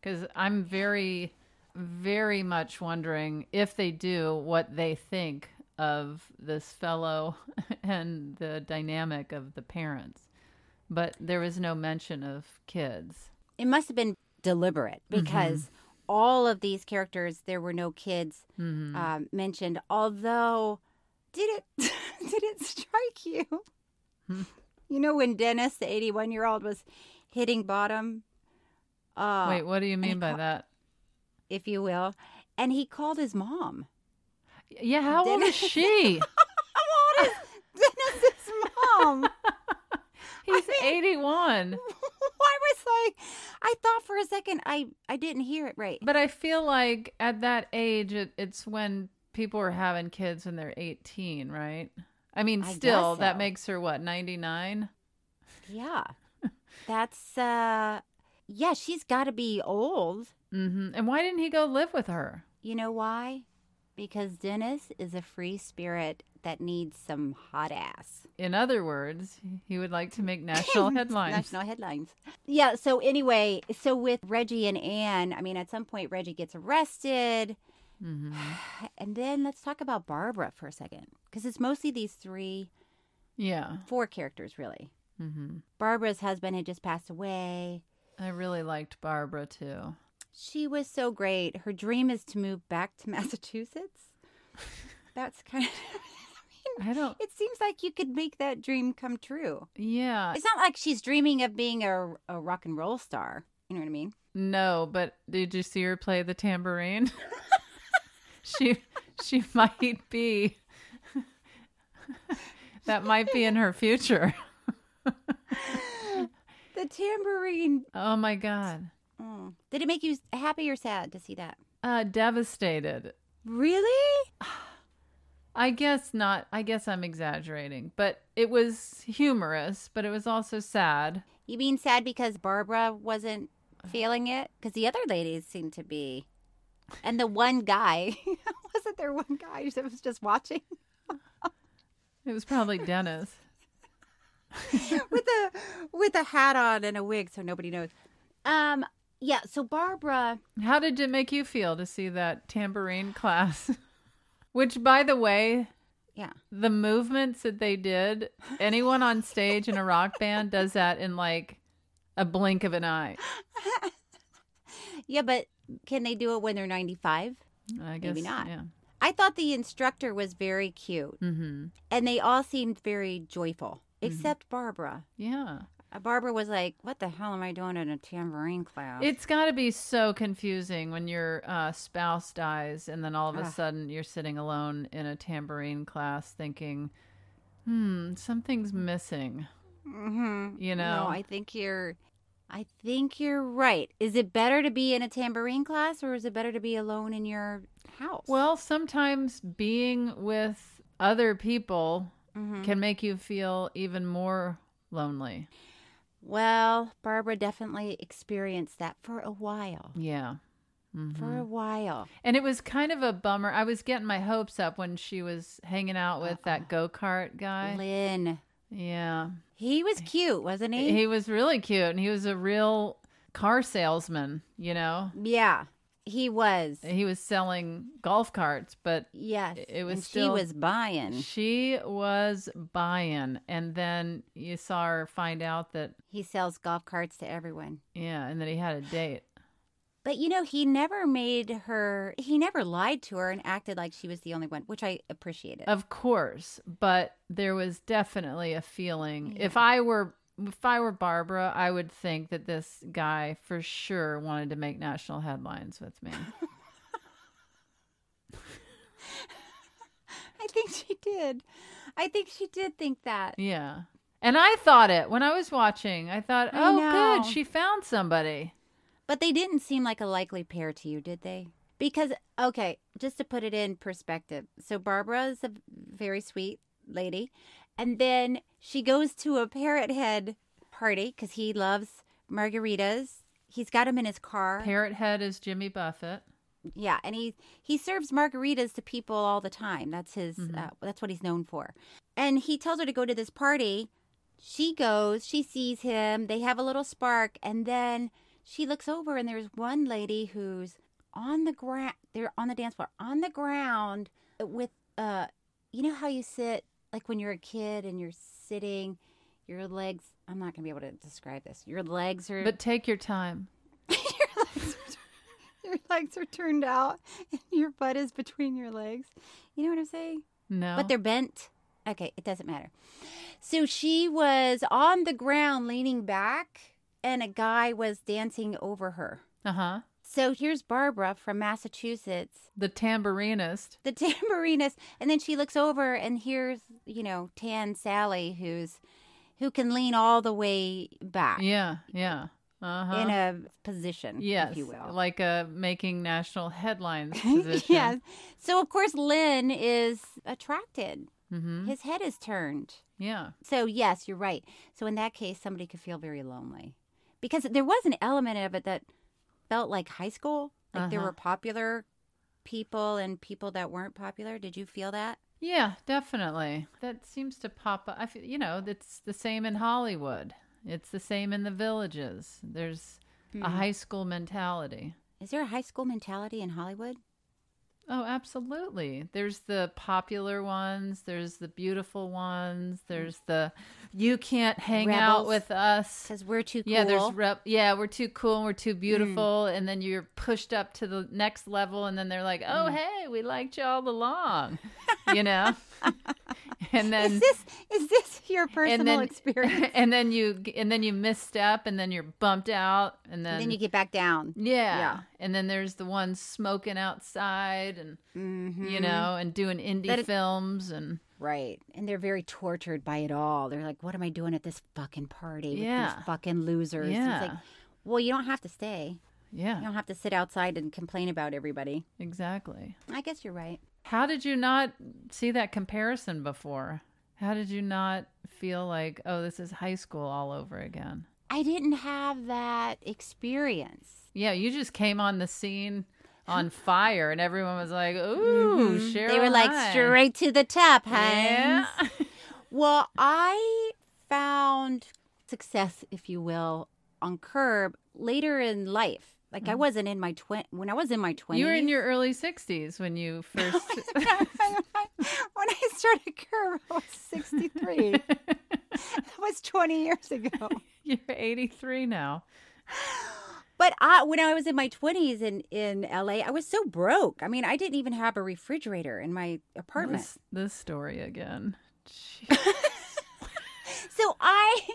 Speaker 2: because I'm very, very much wondering if they do what they think of this fellow and the dynamic of the parents. But there was no mention of kids.
Speaker 1: it must have been deliberate because all of these characters there were no kids
Speaker 2: Mhm.
Speaker 1: um, mentioned although did it did it strike you you know when dennis the 81 year old was hitting bottom uh,
Speaker 2: Wait, what do you
Speaker 1: and he
Speaker 2: mean by
Speaker 1: ca-
Speaker 2: that?
Speaker 1: if you will and he called his mom
Speaker 2: Yeah, how old
Speaker 1: Dennis-
Speaker 2: is she?
Speaker 1: How old is Dennis's mom?
Speaker 2: He's 81.
Speaker 1: Why was I? I thought for a second I I didn't hear it right.
Speaker 2: But I feel like at that age, it, it's when people are having kids when they're 18, right? I mean,
Speaker 1: I guess
Speaker 2: still,
Speaker 1: so.
Speaker 2: that makes her what, 99?
Speaker 1: Yeah, that's uh, yeah. She's got to be old.
Speaker 2: hmm And why didn't he go live with her?
Speaker 1: You know why? Because Dennis is a free spirit that needs some hot ass.
Speaker 2: In other words, he would like to make national headlines.
Speaker 1: National headlines. Yeah. So anyway, so with Reggie and Anne, I mean, at some point Reggie gets arrested.
Speaker 2: hmm
Speaker 1: And then let's talk about Barbara for a second, because it's mostly these three,
Speaker 2: Yeah.
Speaker 1: four characters really.
Speaker 2: hmm
Speaker 1: Barbara's husband had just passed away.
Speaker 2: I really liked Barbara too.
Speaker 1: She was so great. Her dream is to move back to Massachusetts. That's kind of. I, mean,
Speaker 2: I don't.
Speaker 1: It seems like you could make that dream come true.
Speaker 2: Yeah.
Speaker 1: It's not like she's dreaming of being a, a rock and roll star. You know what I mean?
Speaker 2: No, but did you see her play the tambourine? she she might be that might be in her future.
Speaker 1: The tambourine.
Speaker 2: Oh my god.
Speaker 1: Mm. Did it make you happy or sad to see that?
Speaker 2: Uh devastated.
Speaker 1: Really?
Speaker 2: I guess not. I guess I'm exaggerating, but it was humorous, but it was also sad.
Speaker 1: You mean sad because Barbara wasn't feeling it? Because the other ladies seemed to be. And the one guy, wasn't there one guy that was just watching
Speaker 2: It was probably Dennis.
Speaker 1: with a with a hat on and a wig so nobody knows? Um, yeah. So Barbara,
Speaker 2: How did it make you feel to see that tambourine class? Which, by the way,
Speaker 1: yeah,
Speaker 2: the movements that they did, anyone on stage in a rock band does that in like a blink of an eye.
Speaker 1: yeah. But can they do it when they're ninety five?
Speaker 2: I guess
Speaker 1: Maybe not.
Speaker 2: Yeah.
Speaker 1: I thought the instructor was very cute,
Speaker 2: Mm-hmm.
Speaker 1: and they all seemed very joyful, except Barbara.
Speaker 2: Yeah.
Speaker 1: Uh, Barbara was like, "What the hell am I doing in a tambourine class?"
Speaker 2: It's got to be so confusing when your uh, spouse dies and then all of a
Speaker 1: Ugh.
Speaker 2: sudden you're sitting alone in a tambourine class thinking, hmm, something's missing.
Speaker 1: Mm-hmm.
Speaker 2: You know?
Speaker 1: no, I think you're, I think you're right. Is it better to be in a tambourine class or is it better to be alone in your house?
Speaker 2: Well, sometimes being with other people
Speaker 1: Mhm.
Speaker 2: can make you feel even more lonely.
Speaker 1: Well, Barbara definitely experienced that for a while.
Speaker 2: Yeah.
Speaker 1: For a
Speaker 2: Mhm.
Speaker 1: while.
Speaker 2: And it was kind of a bummer. I was getting my hopes up when she was hanging out with that go kart guy.
Speaker 1: Lynn.
Speaker 2: Yeah.
Speaker 1: He was cute, wasn't he?
Speaker 2: He was really cute and he was a real car salesman, you know?
Speaker 1: Yeah. He was.
Speaker 2: He was selling golf carts, but
Speaker 1: Yes.
Speaker 2: it was
Speaker 1: and
Speaker 2: still-
Speaker 1: she was buying.
Speaker 2: She was buying, and then you saw her find out that
Speaker 1: He sells golf carts to everyone.
Speaker 2: yeah, and that he had a date.
Speaker 1: But you know, he never made her he never lied to her and acted like she was the only one, which I appreciated.
Speaker 2: Of course, but there was definitely a feeling. If I were if I were Barbara, I would think that this guy for sure wanted to make national headlines with me.
Speaker 1: I think she did. I think she did think that.
Speaker 2: yeah. And I thought it when I was watching. I thought,
Speaker 1: I
Speaker 2: "Oh
Speaker 1: know.
Speaker 2: good, she found somebody."
Speaker 1: But they didn't seem like a likely pair to you, did they? Because, okay, just to put it in perspective. So, Barbara is a very sweet lady. And then she goes to a parrot head party because he loves margaritas. He's got him in his car.
Speaker 2: Parrot Head is Jimmy Buffett.
Speaker 1: Yeah, and he he serves margaritas to people all the time. That's his. Uh,
Speaker 2: Mhm.
Speaker 1: that's what he's known for. And he tells her to go to this party. She goes. She sees him. They have a little spark, and then she looks over, and there's one lady who's on the ground. They're on the dance floor, on the ground with uh, you know how you sit like when you're a kid and you're sitting, your legs. I'm not gonna be able to describe this. Your legs are
Speaker 2: But take your time.
Speaker 1: your legs are turned out and your butt is between your legs. You know what I'm saying?
Speaker 2: No.
Speaker 1: But they're bent. Okay, it doesn't matter. So she was on the ground leaning back and a guy was dancing over her.
Speaker 2: Uh-huh.
Speaker 1: So here's Barbara from Massachusetts,
Speaker 2: The tambourinist.
Speaker 1: the tambourinist, and then she looks over and here's, you know, tan Sally who's who can lean all the way back
Speaker 2: Yeah, yeah. Uh-huh.
Speaker 1: in a position,
Speaker 2: yes,
Speaker 1: if you will.
Speaker 2: like a making national headlines position.
Speaker 1: yes. So of course Lynn is attracted.
Speaker 2: Mhm.
Speaker 1: His head is turned.
Speaker 2: Yeah.
Speaker 1: So yes, you're right. So in that case, somebody could feel very lonely because there was an element of it that felt like high school. Like there
Speaker 2: Uh-huh.
Speaker 1: were popular people and people that weren't popular. Did you feel that?
Speaker 2: Yeah, definitely. That seems to pop up. I feel, you know, it's the same in Hollywood. It's the same in the villages. There's a
Speaker 1: Mhm.
Speaker 2: high school mentality.
Speaker 1: Is there a high school mentality in Hollywood?
Speaker 2: Oh, absolutely. There's the popular ones, there's the beautiful ones, there's the you can't hang out
Speaker 1: Hmm. Rebels?
Speaker 2: with us
Speaker 1: Because we're too cool. Hmm.
Speaker 2: Yeah, there's rep. Yeah, we're too cool and we're too beautiful, and then you're pushed up to the next level, and then they're like, "Oh,
Speaker 1: Hmm.
Speaker 2: hey, we liked you all along," you know. and then
Speaker 1: is this is this your personal
Speaker 2: and then
Speaker 1: experience?
Speaker 2: and then you g- and then you misstep, and then you're bumped out, and then
Speaker 1: and then you get back down.
Speaker 2: yeah.
Speaker 1: Yeah.
Speaker 2: and then there's the ones smoking outside, and you
Speaker 1: Mhm.
Speaker 2: know, and doing indie
Speaker 1: That it-
Speaker 2: films, and
Speaker 1: Right. And they're very tortured by it all. They're like, what am I doing at this fucking party with
Speaker 2: Yeah.
Speaker 1: these fucking losers? And It's
Speaker 2: Yeah.
Speaker 1: like, well, you don't have to stay.
Speaker 2: yeah,
Speaker 1: You don't have to sit outside and complain about everybody.
Speaker 2: exactly.
Speaker 1: I guess you're right.
Speaker 2: How did you not see that comparison before? How did you not feel like, oh, this is high school all over again?
Speaker 1: I didn't have that experience.
Speaker 2: Yeah, you just came on the scene on fire, and everyone was like, ooh,
Speaker 1: Mhm.
Speaker 2: Cheryl
Speaker 1: They were like
Speaker 2: Hines.
Speaker 1: straight to the top,
Speaker 2: Yeah.
Speaker 1: Hines. Well, I found success, if you will, on Curb later in life. Like I wasn't in my twen when I was in my twenties.
Speaker 2: Mm-hmm.
Speaker 1: Oh
Speaker 2: You were in your early 60s when you first.
Speaker 1: when I started Curve, I was 63. that was 20 years ago.
Speaker 2: You're 83 now.
Speaker 1: But I, when I was in my 20s in, in LA, I was so broke. I mean, I didn't even have a refrigerator in my apartment.
Speaker 2: This, this story again. Gee.
Speaker 1: So I.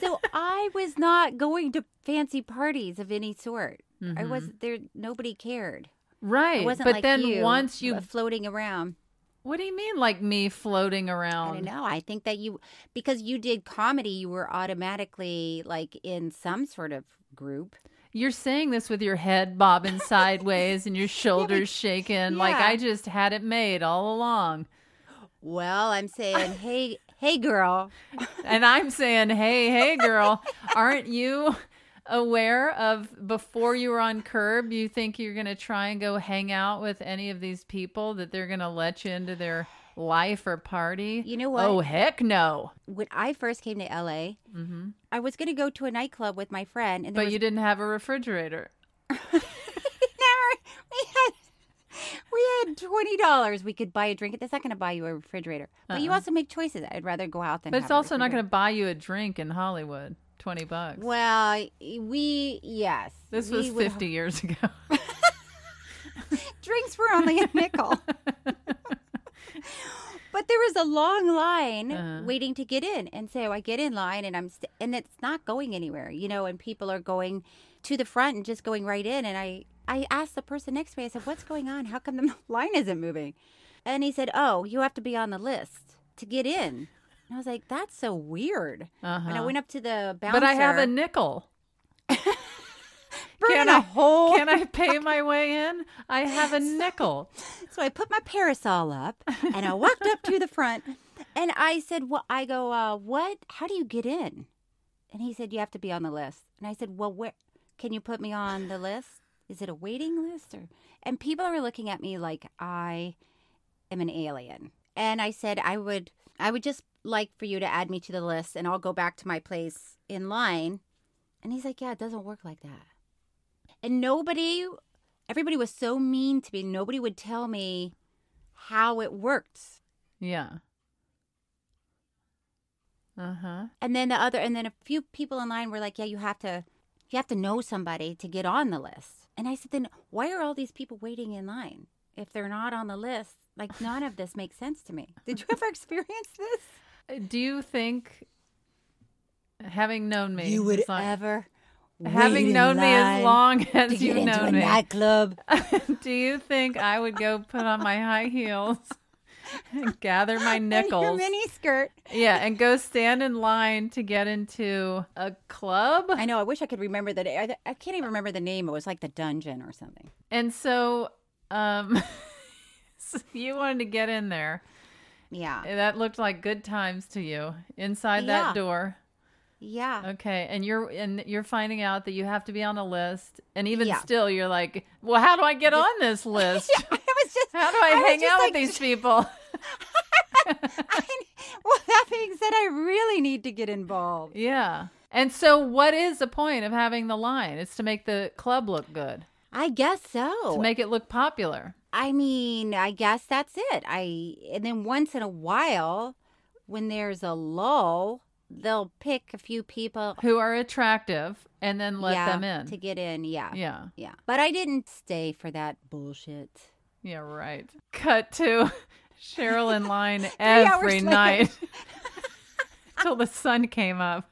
Speaker 1: So I was not going to fancy parties of any sort. I
Speaker 2: Mhm.
Speaker 1: was there. Nobody cared.
Speaker 2: Right.
Speaker 1: I wasn't
Speaker 2: but
Speaker 1: like
Speaker 2: then
Speaker 1: you,
Speaker 2: once you.
Speaker 1: uh, floating around.
Speaker 2: What do you mean, like me floating
Speaker 1: I
Speaker 2: around?
Speaker 1: don't know. I think that you, because you did comedy, you were automatically like in some sort of group.
Speaker 2: You're saying this with your head bobbing sideways and your shoulders shaking. Like
Speaker 1: yeah.
Speaker 2: I just had it made all along.
Speaker 1: Well, I'm saying, hey, hey, girl.
Speaker 2: and I'm saying, hey, hey, girl, aren't you aware of before you were on Curb, you think you're going to try and go hang out with any of these people that they're going to let you into their life or party?
Speaker 1: You know what?
Speaker 2: Oh, heck no.
Speaker 1: When I first came to LA,
Speaker 2: Mm-hmm.
Speaker 1: I was going to go to a nightclub with my friend, and there
Speaker 2: But
Speaker 1: was,
Speaker 2: you didn't have a refrigerator.
Speaker 1: we had twenty dollars we could buy a drink. That's not going to buy you a refrigerator, but you
Speaker 2: Uh-uh.
Speaker 1: also make choices. I'd rather go out than.
Speaker 2: But it's
Speaker 1: have a
Speaker 2: also not
Speaker 1: refrigerator.
Speaker 2: going to buy you a drink in Hollywood. 20 bucks.
Speaker 1: Well, we yes.
Speaker 2: this
Speaker 1: we
Speaker 2: was
Speaker 1: would-
Speaker 2: 50 years ago.
Speaker 1: drinks were only a nickel. but there was a long line
Speaker 2: Uh-huh.
Speaker 1: waiting to get in, and so I get in line, and I'm st- and it's not going anywhere, you know. And people are going to the front and just going right in, and I I asked the person next to me, I said, "What's going on? How come the line isn't moving?" And he said, "Oh, you have to be on the list to get in." And I was like, "That's so weird." And I
Speaker 2: Uh-huh.
Speaker 1: went up to the bouncer.
Speaker 2: But I have a nickel.
Speaker 1: Burning
Speaker 2: Can
Speaker 1: a
Speaker 2: I-
Speaker 1: hole.
Speaker 2: Can I pay my way in? I have a nickel.
Speaker 1: So I put my parasol up and I walked up to the front and I said, Well, I go, uh, what? How do you get in? And he said, You have to be on the list. And I said, Well, where can you put me on the list? Is it a waiting list? Or and people are looking at me like I am an alien. And I said, I would I would just like for you to add me to the list and I'll go back to my place in line. And he's like, Yeah, it doesn't work like that. And nobody everybody was so mean to me nobody would tell me how it worked
Speaker 2: Yeah. Uh huh.
Speaker 1: and then the other and then a few people in line were like yeah you have to you have to know somebody to get on the list and i said then why are all these people waiting in line if they're not on the list like none of this makes sense to me did you ever experience this
Speaker 2: Uh, Do you think, having known me,
Speaker 1: You would
Speaker 2: as long-
Speaker 1: ever wait
Speaker 2: having
Speaker 1: in
Speaker 2: known me as
Speaker 1: line
Speaker 2: long
Speaker 1: to
Speaker 2: as
Speaker 1: get
Speaker 2: you've
Speaker 1: into
Speaker 2: known
Speaker 1: a
Speaker 2: me,
Speaker 1: nightclub?
Speaker 2: do you think I would go put on my high heels, and gather my
Speaker 1: And your
Speaker 2: nickels,
Speaker 1: mini skirt
Speaker 2: yeah, and go stand in line to get into a club?
Speaker 1: i know i wish i could remember that I, I can't even remember the name it was like the dungeon or something
Speaker 2: And so, um, so you wanted to get in there.
Speaker 1: Yeah.
Speaker 2: That looked like good times to you inside
Speaker 1: Yeah.
Speaker 2: that door.
Speaker 1: yeah
Speaker 2: Okay, and you're and you're finding out that you have to be on a list, and even
Speaker 1: Yeah.
Speaker 2: still, you're like, "Well, how do I get on this list? how do I,
Speaker 1: I was
Speaker 2: hang
Speaker 1: just
Speaker 2: out
Speaker 1: like-
Speaker 2: with these people?"
Speaker 1: well that being said i really need to get involved
Speaker 2: yeah. And so, what is the point of having the line? It's to make the club look good,
Speaker 1: i guess so
Speaker 2: to make it look popular.
Speaker 1: I mean, I guess that's it. I and then once in a while, when there's a lull, they'll pick a few people
Speaker 2: Who are attractive, and then let
Speaker 1: yeah,
Speaker 2: them in.
Speaker 1: to get in. Yeah,
Speaker 2: Yeah.
Speaker 1: yeah. But I didn't stay for that bullshit.
Speaker 2: Yeah, right. Cut to Cheryl in line
Speaker 1: hours
Speaker 2: every
Speaker 1: later.
Speaker 2: night till the sun came up.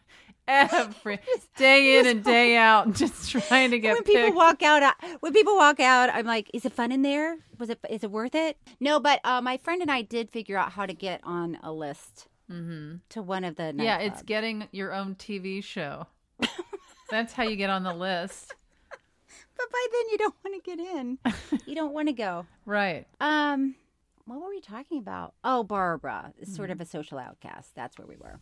Speaker 2: Every day in and day out, just trying to get
Speaker 1: when
Speaker 2: picked.
Speaker 1: people walk out, I, when people walk out, I'm like, is it fun in there? Was it? Is it worth it? No, but uh, my friend and I did figure out how to get on a list
Speaker 2: mm-hmm.
Speaker 1: to one of the.
Speaker 2: Yeah, it's
Speaker 1: nightclubs.
Speaker 2: getting your own TV show. That's how you get on the list,
Speaker 1: But by then, you don't want to get in. you don't want to go.
Speaker 2: right?
Speaker 1: Um, what were we talking about? Oh, Barbara is
Speaker 2: Mm-hmm.
Speaker 1: sort of a social outcast. That's where we were.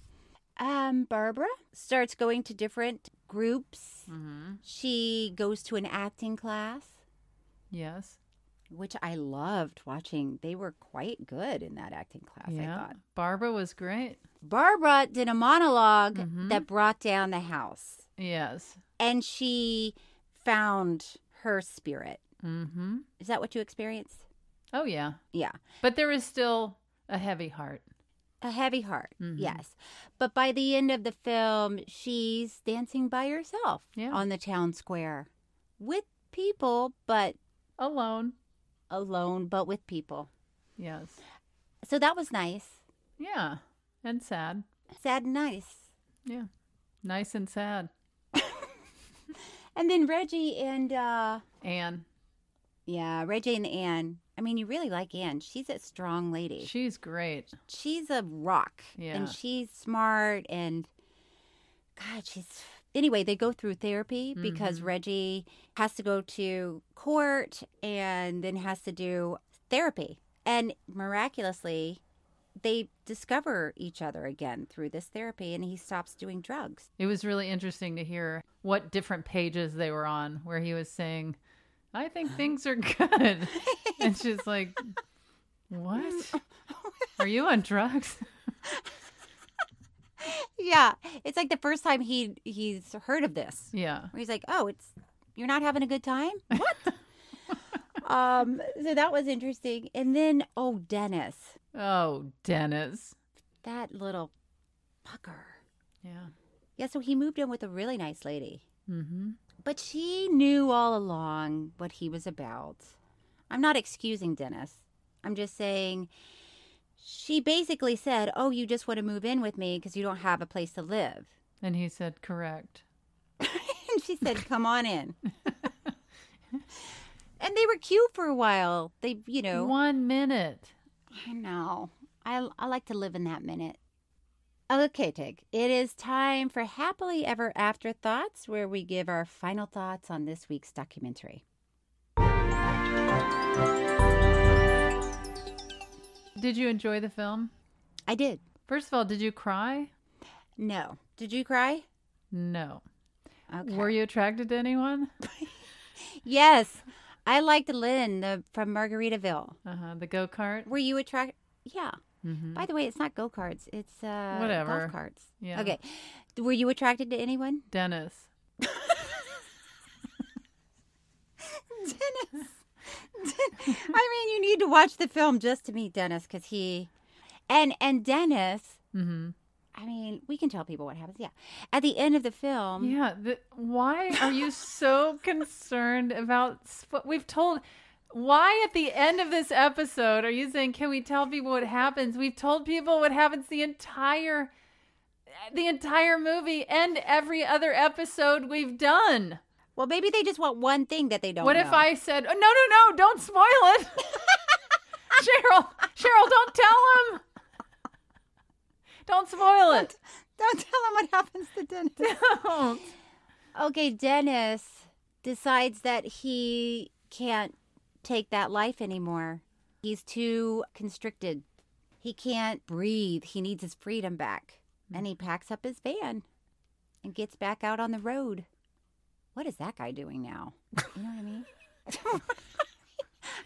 Speaker 1: Um, Barbara starts going to different groups.
Speaker 2: Mm-hmm.
Speaker 1: She goes to an acting class,
Speaker 2: Yes.
Speaker 1: which I loved watching. They were quite good in that acting class. I
Speaker 2: yeah.
Speaker 1: thought
Speaker 2: Barbara was great.
Speaker 1: Barbara did a monolog
Speaker 2: Mm-hmm.
Speaker 1: that brought down the house,
Speaker 2: Yes.
Speaker 1: and she found her spirit.
Speaker 2: Mm-hmm.
Speaker 1: Is that what you experienced?
Speaker 2: Oh yeah.
Speaker 1: Yeah.
Speaker 2: But there is still a heavy heart.
Speaker 1: A heavy heart,
Speaker 2: Mhm.
Speaker 1: yes. But by the end of the film, she's dancing by herself
Speaker 2: Yeah.
Speaker 1: on the town square with people, but
Speaker 2: Alone.
Speaker 1: alone, but with people.
Speaker 2: Yes.
Speaker 1: So that was nice.
Speaker 2: Yeah. And sad.
Speaker 1: Sad and nice.
Speaker 2: Yeah. Nice and sad.
Speaker 1: And then Reggie and, uh,
Speaker 2: Anne,
Speaker 1: yeah, Reggie and Anne. I mean, you really like Anne. She's a strong lady.
Speaker 2: she's great.
Speaker 1: she's a rock.
Speaker 2: Yeah.
Speaker 1: And she's smart and God, she's anyway, they go through therapy because Reggie has to go to court and then has to do therapy. And miraculously, they discover each other again through this therapy and he stops doing drugs.
Speaker 2: It was really interesting to hear what different pages they were on where he was saying, I think things are good. and she's like, What? Are you on drugs?
Speaker 1: Yeah, it's like the first time he he's heard of this.
Speaker 2: Yeah.
Speaker 1: Where he's like, "Oh, it's you're not having a good time?" What? um so that was interesting. And then oh, Dennis.
Speaker 2: Oh, Dennis.
Speaker 1: That little fucker.
Speaker 2: Yeah.
Speaker 1: Yeah, so he moved in with a really nice lady.
Speaker 2: Mm-hmm.
Speaker 1: But she knew all along what he was about. I'm not excusing Dennis. I'm just saying she basically said, Oh, you just want to move in with me because you don't have a place to live.
Speaker 2: And he said, Correct.
Speaker 1: and she said, Come on in. and they were cute for a while. They, you know.
Speaker 2: One minute.
Speaker 1: I know. I, I like to live in that minute. Okay, Tig. It is time for Happily Ever After Thoughts, where we give our final thoughts on this week's documentary.
Speaker 2: Did you enjoy the film?
Speaker 1: I did.
Speaker 2: First of all, did you cry?
Speaker 1: No. Did you cry?
Speaker 2: No.
Speaker 1: Okay.
Speaker 2: Were you attracted to anyone?
Speaker 1: Yes. I liked Lynn the, from Margaritaville.
Speaker 2: Uh-huh. The go kart?
Speaker 1: Were you attracted? Yeah.
Speaker 2: Mm-hmm.
Speaker 1: By the way, it's not go karts. It's uh,
Speaker 2: Whatever.
Speaker 1: golf carts.
Speaker 2: Yeah.
Speaker 1: Okay. Were you attracted to anyone?
Speaker 2: Dennis. Hmm.
Speaker 1: Dennis. Den- I mean, you need to watch the film just to meet Dennis because he, and and Dennis.
Speaker 2: Mm-hmm.
Speaker 1: I mean, we can tell people what happens. Yeah. At the end of the film.
Speaker 2: Yeah. The, why are you so concerned about s- what we've told? Why at the end of this episode are you saying, can we tell people what happens? We've told people what happens the entire the entire movie and every other episode we've done.
Speaker 1: Well, maybe they just want one thing that they don't.
Speaker 2: what if
Speaker 1: know.
Speaker 2: I said, oh, no, no, no, don't spoil it. Cheryl, Cheryl, don't tell him. Don't spoil it.
Speaker 1: Don't tell him what happens to Dennis.
Speaker 2: Don't.
Speaker 1: okay, Dennis decides that he can't take that life anymore. He's too constricted. He can't breathe. He needs his freedom back. And he packs up his van and gets back out on the road. What is that guy doing now? You know what I mean?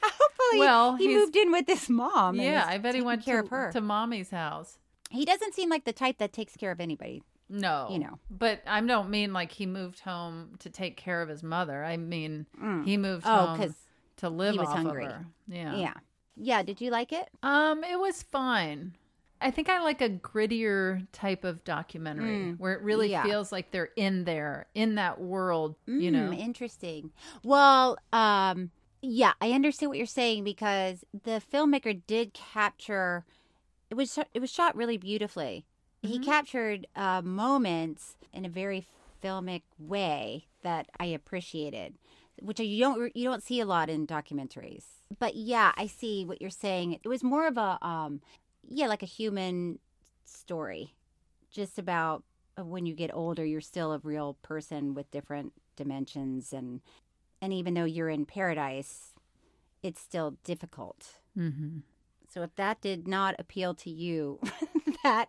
Speaker 1: Hopefully,
Speaker 2: Well,
Speaker 1: he
Speaker 2: he's-
Speaker 1: moved in with his mom. and
Speaker 2: yeah,
Speaker 1: is
Speaker 2: I bet he
Speaker 1: taking
Speaker 2: went
Speaker 1: care
Speaker 2: to,
Speaker 1: of her.
Speaker 2: to mommy's house.
Speaker 1: He doesn't seem like the type that takes care of anybody.
Speaker 2: No.
Speaker 1: You know.
Speaker 2: But I don't mean like he moved home to take care of his mother. I mean
Speaker 1: Mm.
Speaker 2: he moved
Speaker 1: Oh,
Speaker 2: home
Speaker 1: 'cause
Speaker 2: to live
Speaker 1: he was
Speaker 2: off of
Speaker 1: hungry.
Speaker 2: her. Yeah.
Speaker 1: Yeah. Yeah. Did you like it?
Speaker 2: Um, it was fine. I think I like a grittier type of documentary
Speaker 1: Mm.
Speaker 2: where it really
Speaker 1: Yeah.
Speaker 2: feels like they're in there, in that world, you
Speaker 1: Mm,
Speaker 2: know.
Speaker 1: interesting. Well, um, yeah, I understand what you're saying because the filmmaker did capture. It was it was shot really beautifully. He
Speaker 2: Mm-hmm.
Speaker 1: captured uh, moments in a very filmic way that I appreciated, which you don't you don't see a lot in documentaries. But yeah, I see what you're saying. It was more of a um, yeah, like a human story, just about uh, when you get older, you're still a real person with different dimensions, and and even though you're in paradise, it's still difficult.
Speaker 2: Mm-hmm.
Speaker 1: So if that did not appeal to you, that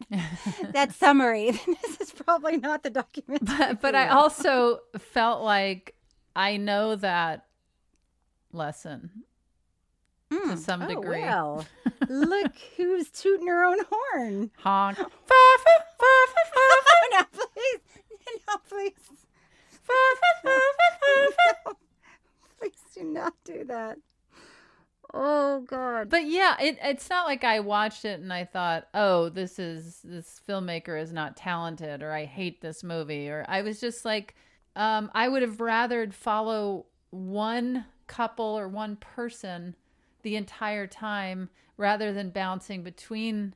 Speaker 1: that summary, then this is probably not the document.
Speaker 2: But, but I also felt like I know that lesson to some
Speaker 1: oh,
Speaker 2: degree.
Speaker 1: well. Look who's tooting her own horn.
Speaker 2: Honk.
Speaker 1: no, please, no, please. No. Please do not do that. Oh God.
Speaker 2: But yeah, it, it's not like I watched it and I thought, oh, this is this filmmaker is not talented, or I hate this movie, or I was just like, um, I would have rather follow one couple or one person the entire time rather than bouncing between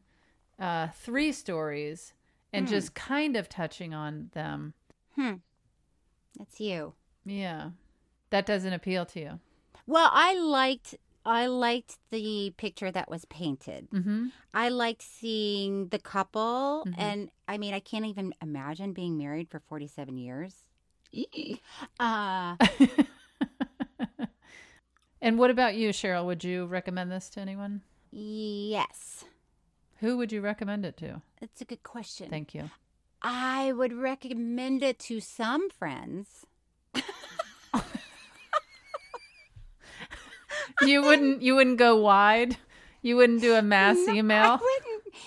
Speaker 2: uh, three stories and
Speaker 1: Hmm.
Speaker 2: just kind of touching on them.
Speaker 1: Hmm. That's you.
Speaker 2: Yeah, that doesn't appeal to you.
Speaker 1: Well, I liked I liked the picture that was painted.
Speaker 2: Mm-hmm.
Speaker 1: I liked seeing the couple
Speaker 2: Mhm.
Speaker 1: and I mean I can't even imagine being married for 47 years. Uh
Speaker 2: And what about you, Cheryl? Would you recommend this to anyone?
Speaker 1: yes.
Speaker 2: Who would you recommend it to?
Speaker 1: That's a good question.
Speaker 2: Thank you.
Speaker 1: I would recommend it to some friends.
Speaker 2: You wouldn't you wouldn't go wide. You wouldn't do a mass
Speaker 1: No,
Speaker 2: email.
Speaker 1: I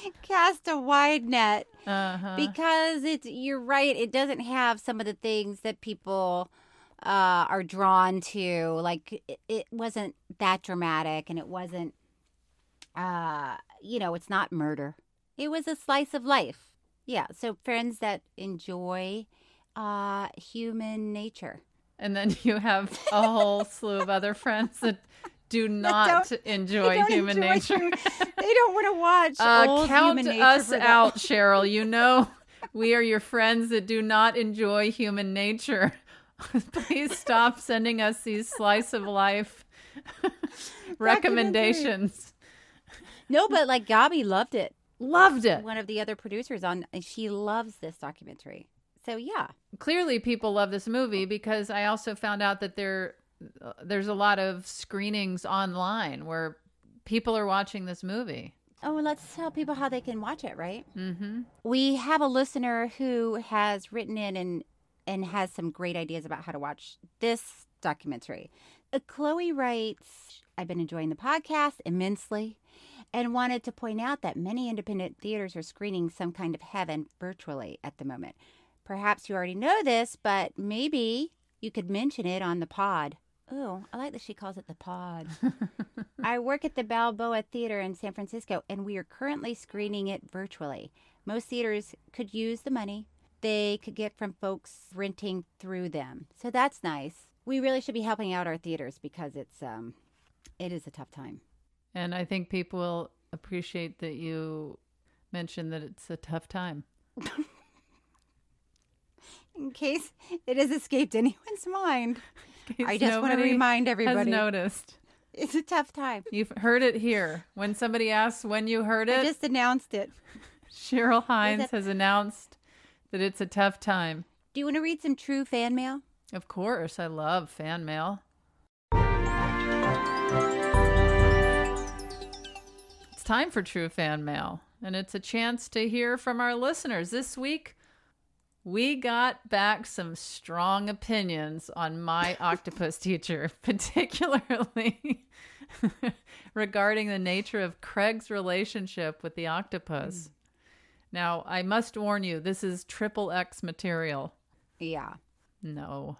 Speaker 1: wouldn't cast a wide net
Speaker 2: Uh-huh.
Speaker 1: because it's you're right. It doesn't have some of the things that people uh, are drawn to. Like it, it wasn't that dramatic, and it wasn't. Uh, you know, it's not murder. It was a slice of life. Yeah. So friends that enjoy uh, human nature.
Speaker 2: and then you have a whole slew of other friends that do not enjoy
Speaker 1: don't
Speaker 2: human
Speaker 1: enjoy
Speaker 2: nature.
Speaker 1: They don't want to watch
Speaker 2: Uh,
Speaker 1: old
Speaker 2: count
Speaker 1: human nature
Speaker 2: us
Speaker 1: for the-
Speaker 2: out, Cheryl. You know we are your friends that do not enjoy human nature. Please stop sending us these slice of life recommendations.
Speaker 1: No, but like Gabi loved it.
Speaker 2: Loved it.
Speaker 1: One of the other producers on, and she loves this documentary. So yeah,
Speaker 2: clearly people love this movie because I also found out that there uh, there's a lot of screenings online where people are watching this movie.
Speaker 1: Oh, well, let's tell people how they can watch it, right?
Speaker 2: Mm-hmm.
Speaker 1: We have a listener who has written in and and has some great ideas about how to watch this documentary. Uh, Chloe writes, "I've been enjoying the podcast immensely, and wanted to point out that many independent theaters are screening some kind of heaven virtually at the moment. Perhaps you already know this, but maybe you could mention it on the pod." Oh, I like that she calls it the pod. I work at the Balboa Theater in San Francisco, and we are currently screening it virtually. Most theaters could use the money they could get from folks renting through them, so that's nice. We really should be helping out our theaters because it's um, it is a tough time.
Speaker 2: And I think people will appreciate that you mentioned that it's a tough time.
Speaker 1: In case it has escaped anyone's mind,
Speaker 2: In
Speaker 1: I
Speaker 2: case
Speaker 1: just want to
Speaker 2: nobody
Speaker 1: remind
Speaker 2: Has
Speaker 1: everybody
Speaker 2: noticed.
Speaker 1: it's a tough time.
Speaker 2: You've heard it here. When somebody asks when you heard
Speaker 1: I
Speaker 2: it,
Speaker 1: just announced it.
Speaker 2: Cheryl Hines
Speaker 1: it-
Speaker 2: has announced that it's a tough time.
Speaker 1: Do you want to read some true fan mail?
Speaker 2: Of course, I love fan mail. It's time for true fan mail, and it's a chance to hear from our listeners. This week, we got back some strong opinions on my octopus teacher, particularly regarding the nature of Craig's relationship with the octopus. Now, I must warn you, this is triple X material.
Speaker 1: Yeah.
Speaker 2: No.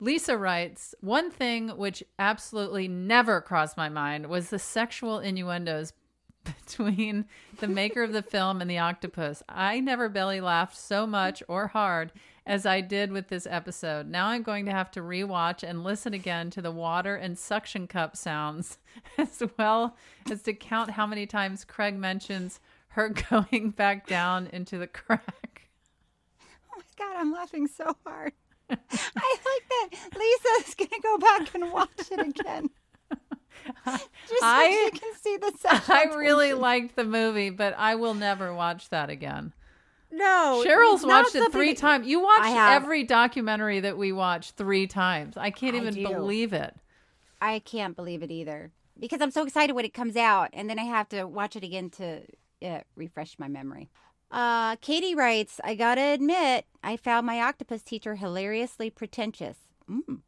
Speaker 2: Lisa writes One thing which absolutely never crossed my mind was the sexual innuendos between the maker of the film and the octopus. I never belly laughed so much or hard as I did with this episode. Now I'm going to have to rewatch and listen again to the water and suction cup sounds, as well as to count how many times Craig mentions her going back down into the crack.
Speaker 1: Oh my god, I'm laughing so hard. I like that Lisa's gonna go back and watch it again. Just
Speaker 2: I-
Speaker 1: so she can see the sexual
Speaker 2: I really
Speaker 1: tension.
Speaker 2: liked the movie, but I will never watch that again.
Speaker 1: No,
Speaker 2: Cheryl's
Speaker 1: Oh, it's not
Speaker 2: watched it
Speaker 1: something
Speaker 2: three
Speaker 1: that-
Speaker 2: times. You watched
Speaker 1: I have.
Speaker 2: every documentary that we watched three times. I can't
Speaker 1: I
Speaker 2: even
Speaker 1: do.
Speaker 2: believe it.
Speaker 1: I can't believe it either because I'm so excited when it comes out, and then I have to watch it again to uh, refresh my memory. Uh, Katie writes, I gotta admit, I found my octopus teacher hilariously pretentious. Mm.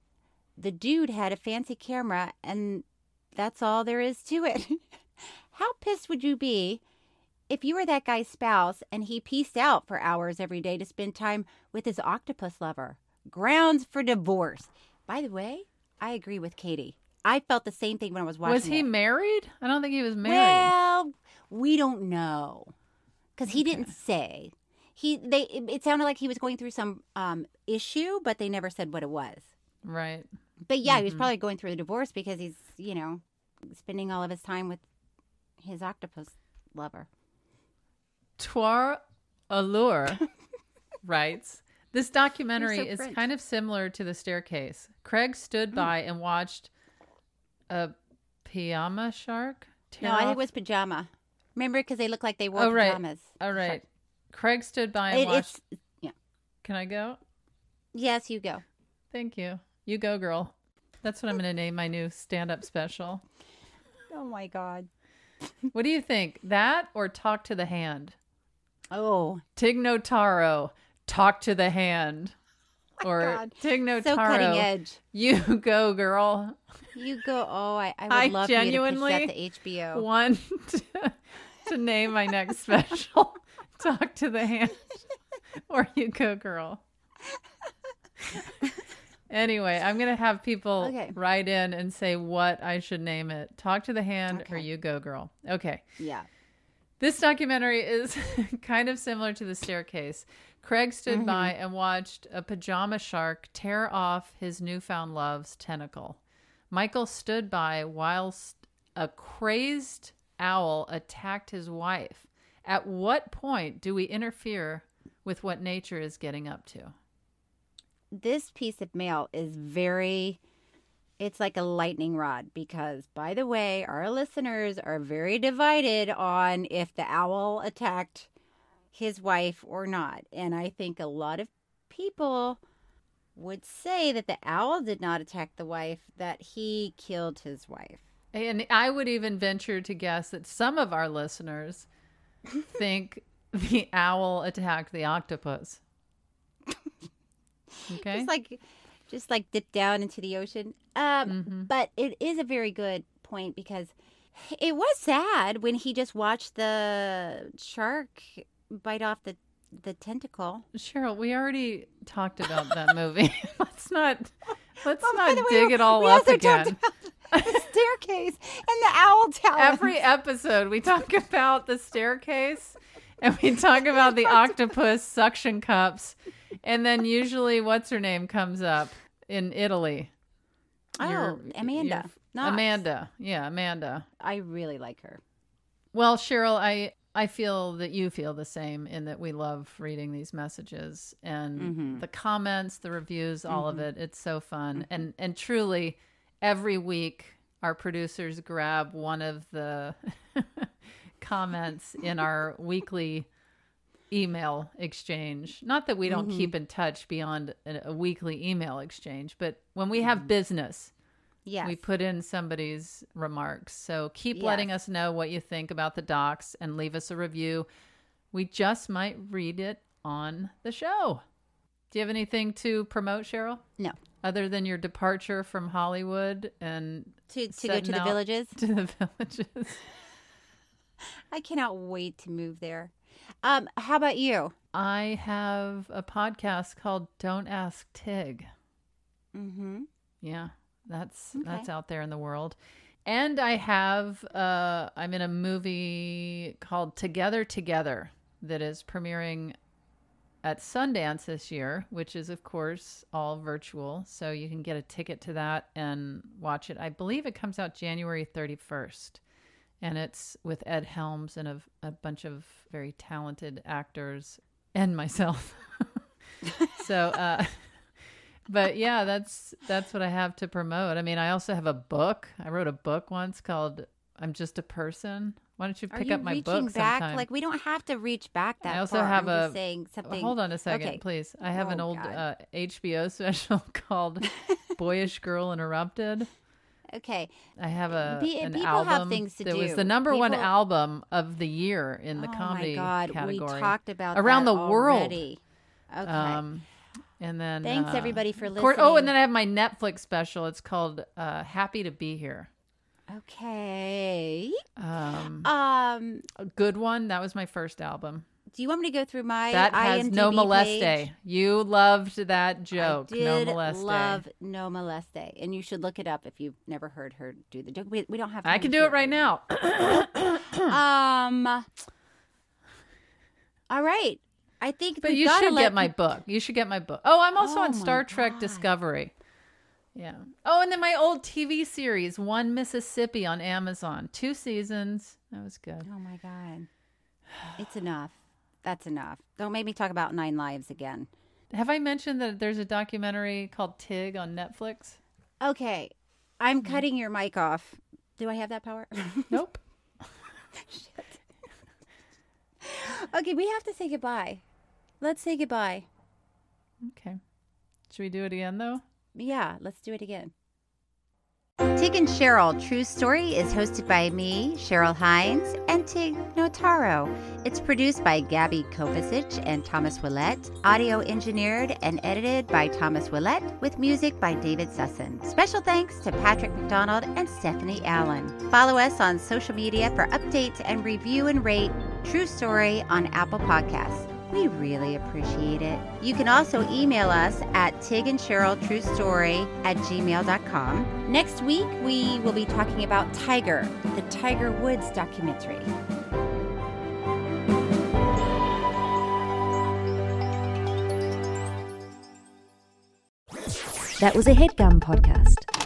Speaker 1: The dude had a fancy camera, and that's all there is to it. How pissed would you be if you were that guy's spouse and he pieced out for hours every day to spend time with his octopus lover? Grounds for divorce. By the way, I agree with Katie. I felt the same thing when I was watching.
Speaker 2: was he
Speaker 1: it.
Speaker 2: married? I don't think he was married.
Speaker 1: Well, we don't know because he didn't say. He they it, it sounded like he was going through some um issue, but they never said what it was.
Speaker 2: right.
Speaker 1: But yeah,
Speaker 2: Mm-hmm.
Speaker 1: he was probably going through a divorce because he's you know spending all of his time with his octopus lover.
Speaker 2: Toire Allure writes This documentary
Speaker 1: so
Speaker 2: is
Speaker 1: French. Hmm.
Speaker 2: kind of similar to The Staircase. Craig stood by and watched a piyama shark. tear
Speaker 1: no, I think
Speaker 2: off-
Speaker 1: it was pajama. Remember, because they look like they wore
Speaker 2: Oh, right.
Speaker 1: pajamas.
Speaker 2: All right. Craig stood by and
Speaker 1: It-
Speaker 2: watched.
Speaker 1: it's yeah.
Speaker 2: Can I go?
Speaker 1: Yes, you go.
Speaker 2: Thank you. You go, girl. That's what I'm going to name my new stand up special.
Speaker 1: Oh my god.
Speaker 2: What do you think? That or talk to the hand?
Speaker 1: Oh.
Speaker 2: Tigno Taro, talk to the hand. or Tigno
Speaker 1: Oh So
Speaker 2: Taro.
Speaker 1: cutting edge.
Speaker 2: You go, girl.
Speaker 1: You go. Oh, I, I would love for you to pitch that to HBO.
Speaker 2: want to, to name my next special Talk to the Hand or You Go Girl. anyway, I'm going to have people
Speaker 1: Okay.
Speaker 2: write in and say what I should name it Talk to the Hand or You Go Girl. Okay.
Speaker 1: Yeah.
Speaker 2: This documentary is kind of similar to The Staircase. Craig stood by and watched a pajama shark tear off his newfound love's tentacle. Michael stood by whilst a crazed owl attacked his wife. At what point do we interfere with what nature is getting up to?
Speaker 1: This piece of mail is very. It's like a lightning rod because, by the way, our listeners are very divided on if the owl attacked his wife or not. And I think a lot of people would say that the owl did not attack the wife, that he killed his wife.
Speaker 2: And I would even venture to guess that some of our listeners think the owl attacked the octopus. Okay.
Speaker 1: Just like just like dip down into the ocean. Um,
Speaker 2: Mm-hmm.
Speaker 1: but it is a very good point because it was sad when he just watched the shark bite off the the tentacle.
Speaker 2: Cheryl, we already talked about that movie. let's not let's
Speaker 1: Oh, by
Speaker 2: not
Speaker 1: the way,
Speaker 2: dig it all
Speaker 1: we
Speaker 2: up
Speaker 1: also
Speaker 2: again.
Speaker 1: talked the staircase and the owl tower.
Speaker 2: Every episode we talk about the staircase and we talk about the octopus suction cups and then usually what's her name comes up in Italy.
Speaker 1: Oh,
Speaker 2: Your-
Speaker 1: Amanda.
Speaker 2: your-
Speaker 1: Knox.
Speaker 2: Amanda. Yeah, Amanda.
Speaker 1: I really like her.
Speaker 2: Well, Cheryl, I I feel that you feel the same in that we love reading these messages and
Speaker 1: Mhm.
Speaker 2: the comments, the reviews, all of
Speaker 1: Mm-hmm.
Speaker 2: it. It's so fun. And and truly every week our producers grab one of the comments in our weekly email exchange. Not that we don't
Speaker 1: Mhm.
Speaker 2: keep in touch beyond a, a weekly email exchange, but when we
Speaker 1: Mm-hmm.
Speaker 2: have business,
Speaker 1: Yes.
Speaker 2: we put in somebody's remarks. So keep
Speaker 1: Yes.
Speaker 2: letting us know what you think about the docs and leave us a review. We just might read it on the show. Do you have anything to promote, Cheryl?
Speaker 1: No.
Speaker 2: Other than your departure from Hollywood and
Speaker 1: To- to go
Speaker 2: setting
Speaker 1: to the
Speaker 2: out
Speaker 1: villages?
Speaker 2: To the villages.
Speaker 1: I cannot wait to move there. Um, how about you?
Speaker 2: I have a podcast called Don't Ask Tig.
Speaker 1: Mm-hmm.
Speaker 2: Yeah, that's that's
Speaker 1: Okay.
Speaker 2: out there in the world. And I have uh I'm in a movie called Together Together that is premiering at Sundance this year, which is of course all virtual, so you can get a ticket to that and watch it. I believe it comes out January 31st. And it's with Ed Helms and a, a bunch of very talented actors and myself. so uh but yeah that's that's what i have to promote i mean i also have a book i wrote a book once called i'm just a person why don't you
Speaker 1: Are
Speaker 2: pick
Speaker 1: you
Speaker 2: up my
Speaker 1: reaching
Speaker 2: book
Speaker 1: back?
Speaker 2: sometime
Speaker 1: Like we don't have to reach back that
Speaker 2: i also
Speaker 1: far. I'm
Speaker 2: have a
Speaker 1: just saying something.
Speaker 2: hold on a second
Speaker 1: Okay.
Speaker 2: please i have an
Speaker 1: Oh,
Speaker 2: old
Speaker 1: God.
Speaker 2: uh, hbo special called boyish girl interrupted
Speaker 1: Okay.
Speaker 2: I have a
Speaker 1: Pe-
Speaker 2: an
Speaker 1: people have
Speaker 2: album
Speaker 1: things to
Speaker 2: that was
Speaker 1: do.
Speaker 2: the number one
Speaker 1: People-
Speaker 2: album of the year in the
Speaker 1: Oh my
Speaker 2: comedy
Speaker 1: God, we
Speaker 2: category.
Speaker 1: talked about
Speaker 2: around
Speaker 1: that
Speaker 2: the world. Um,
Speaker 1: already. Okay.
Speaker 2: and then
Speaker 1: Thanks,
Speaker 2: uh,
Speaker 1: everybody, for
Speaker 2: of course- Oh,
Speaker 1: listening.
Speaker 2: and then I have my Netflix special. It's called uh, "Happy to Be Here."
Speaker 1: Okay.
Speaker 2: Um,
Speaker 1: Um,
Speaker 2: a good one. That was my first album.
Speaker 1: do you want me to go through my
Speaker 2: that has no
Speaker 1: IMDb
Speaker 2: moleste.
Speaker 1: page?
Speaker 2: You loved that
Speaker 1: I
Speaker 2: joke.
Speaker 1: did
Speaker 2: no moleste.
Speaker 1: love No Moleste, and you should look it up if you've never heard her do the joke. We, we don't have.
Speaker 2: I
Speaker 1: time
Speaker 2: can
Speaker 1: to
Speaker 2: do it right now.
Speaker 1: um. All right. I think.
Speaker 2: But
Speaker 1: we've
Speaker 2: you
Speaker 1: gotta
Speaker 2: should
Speaker 1: let
Speaker 2: get my
Speaker 1: peop-
Speaker 2: book. You should get my book. Oh, I'm also
Speaker 1: Oh
Speaker 2: on
Speaker 1: my
Speaker 2: Star Trek Discovery. Yeah. Oh, and then my old TV series, One Mississippi on Amazon. Two seasons. That was good.
Speaker 1: Oh my god. It's enough. That's enough. Don't make me talk about Nine Lives again.
Speaker 2: Have I mentioned that there's a documentary called Tig on Netflix?
Speaker 1: Okay. I'm cutting your mic off. Do I have that power?
Speaker 2: Mm-hmm. Nope.
Speaker 1: okay, we have to say goodbye. Let's say goodbye.
Speaker 2: Okay. Should we do it again though?
Speaker 1: Yeah, let's do it again.
Speaker 3: Tick
Speaker 1: Tig and Cheryl True Story is hosted by me, Cheryl Hines, and Tig Notaro. It's produced by Gabby Kovacic and Thomas Willett, audio engineered and edited by Thomas Willett, with music by David Sussin. Special thanks to Patrick McDonald and Stephanie Allen. Follow us on social media for updates and review and rate True Story on Apple Podcasts. We really appreciate it. You can also email us at Tig and Cheryl True Story at gmail.com. Next week, we will be talking about Tiger, the Tiger Woods documentary.
Speaker 11: That was a headgum podcast.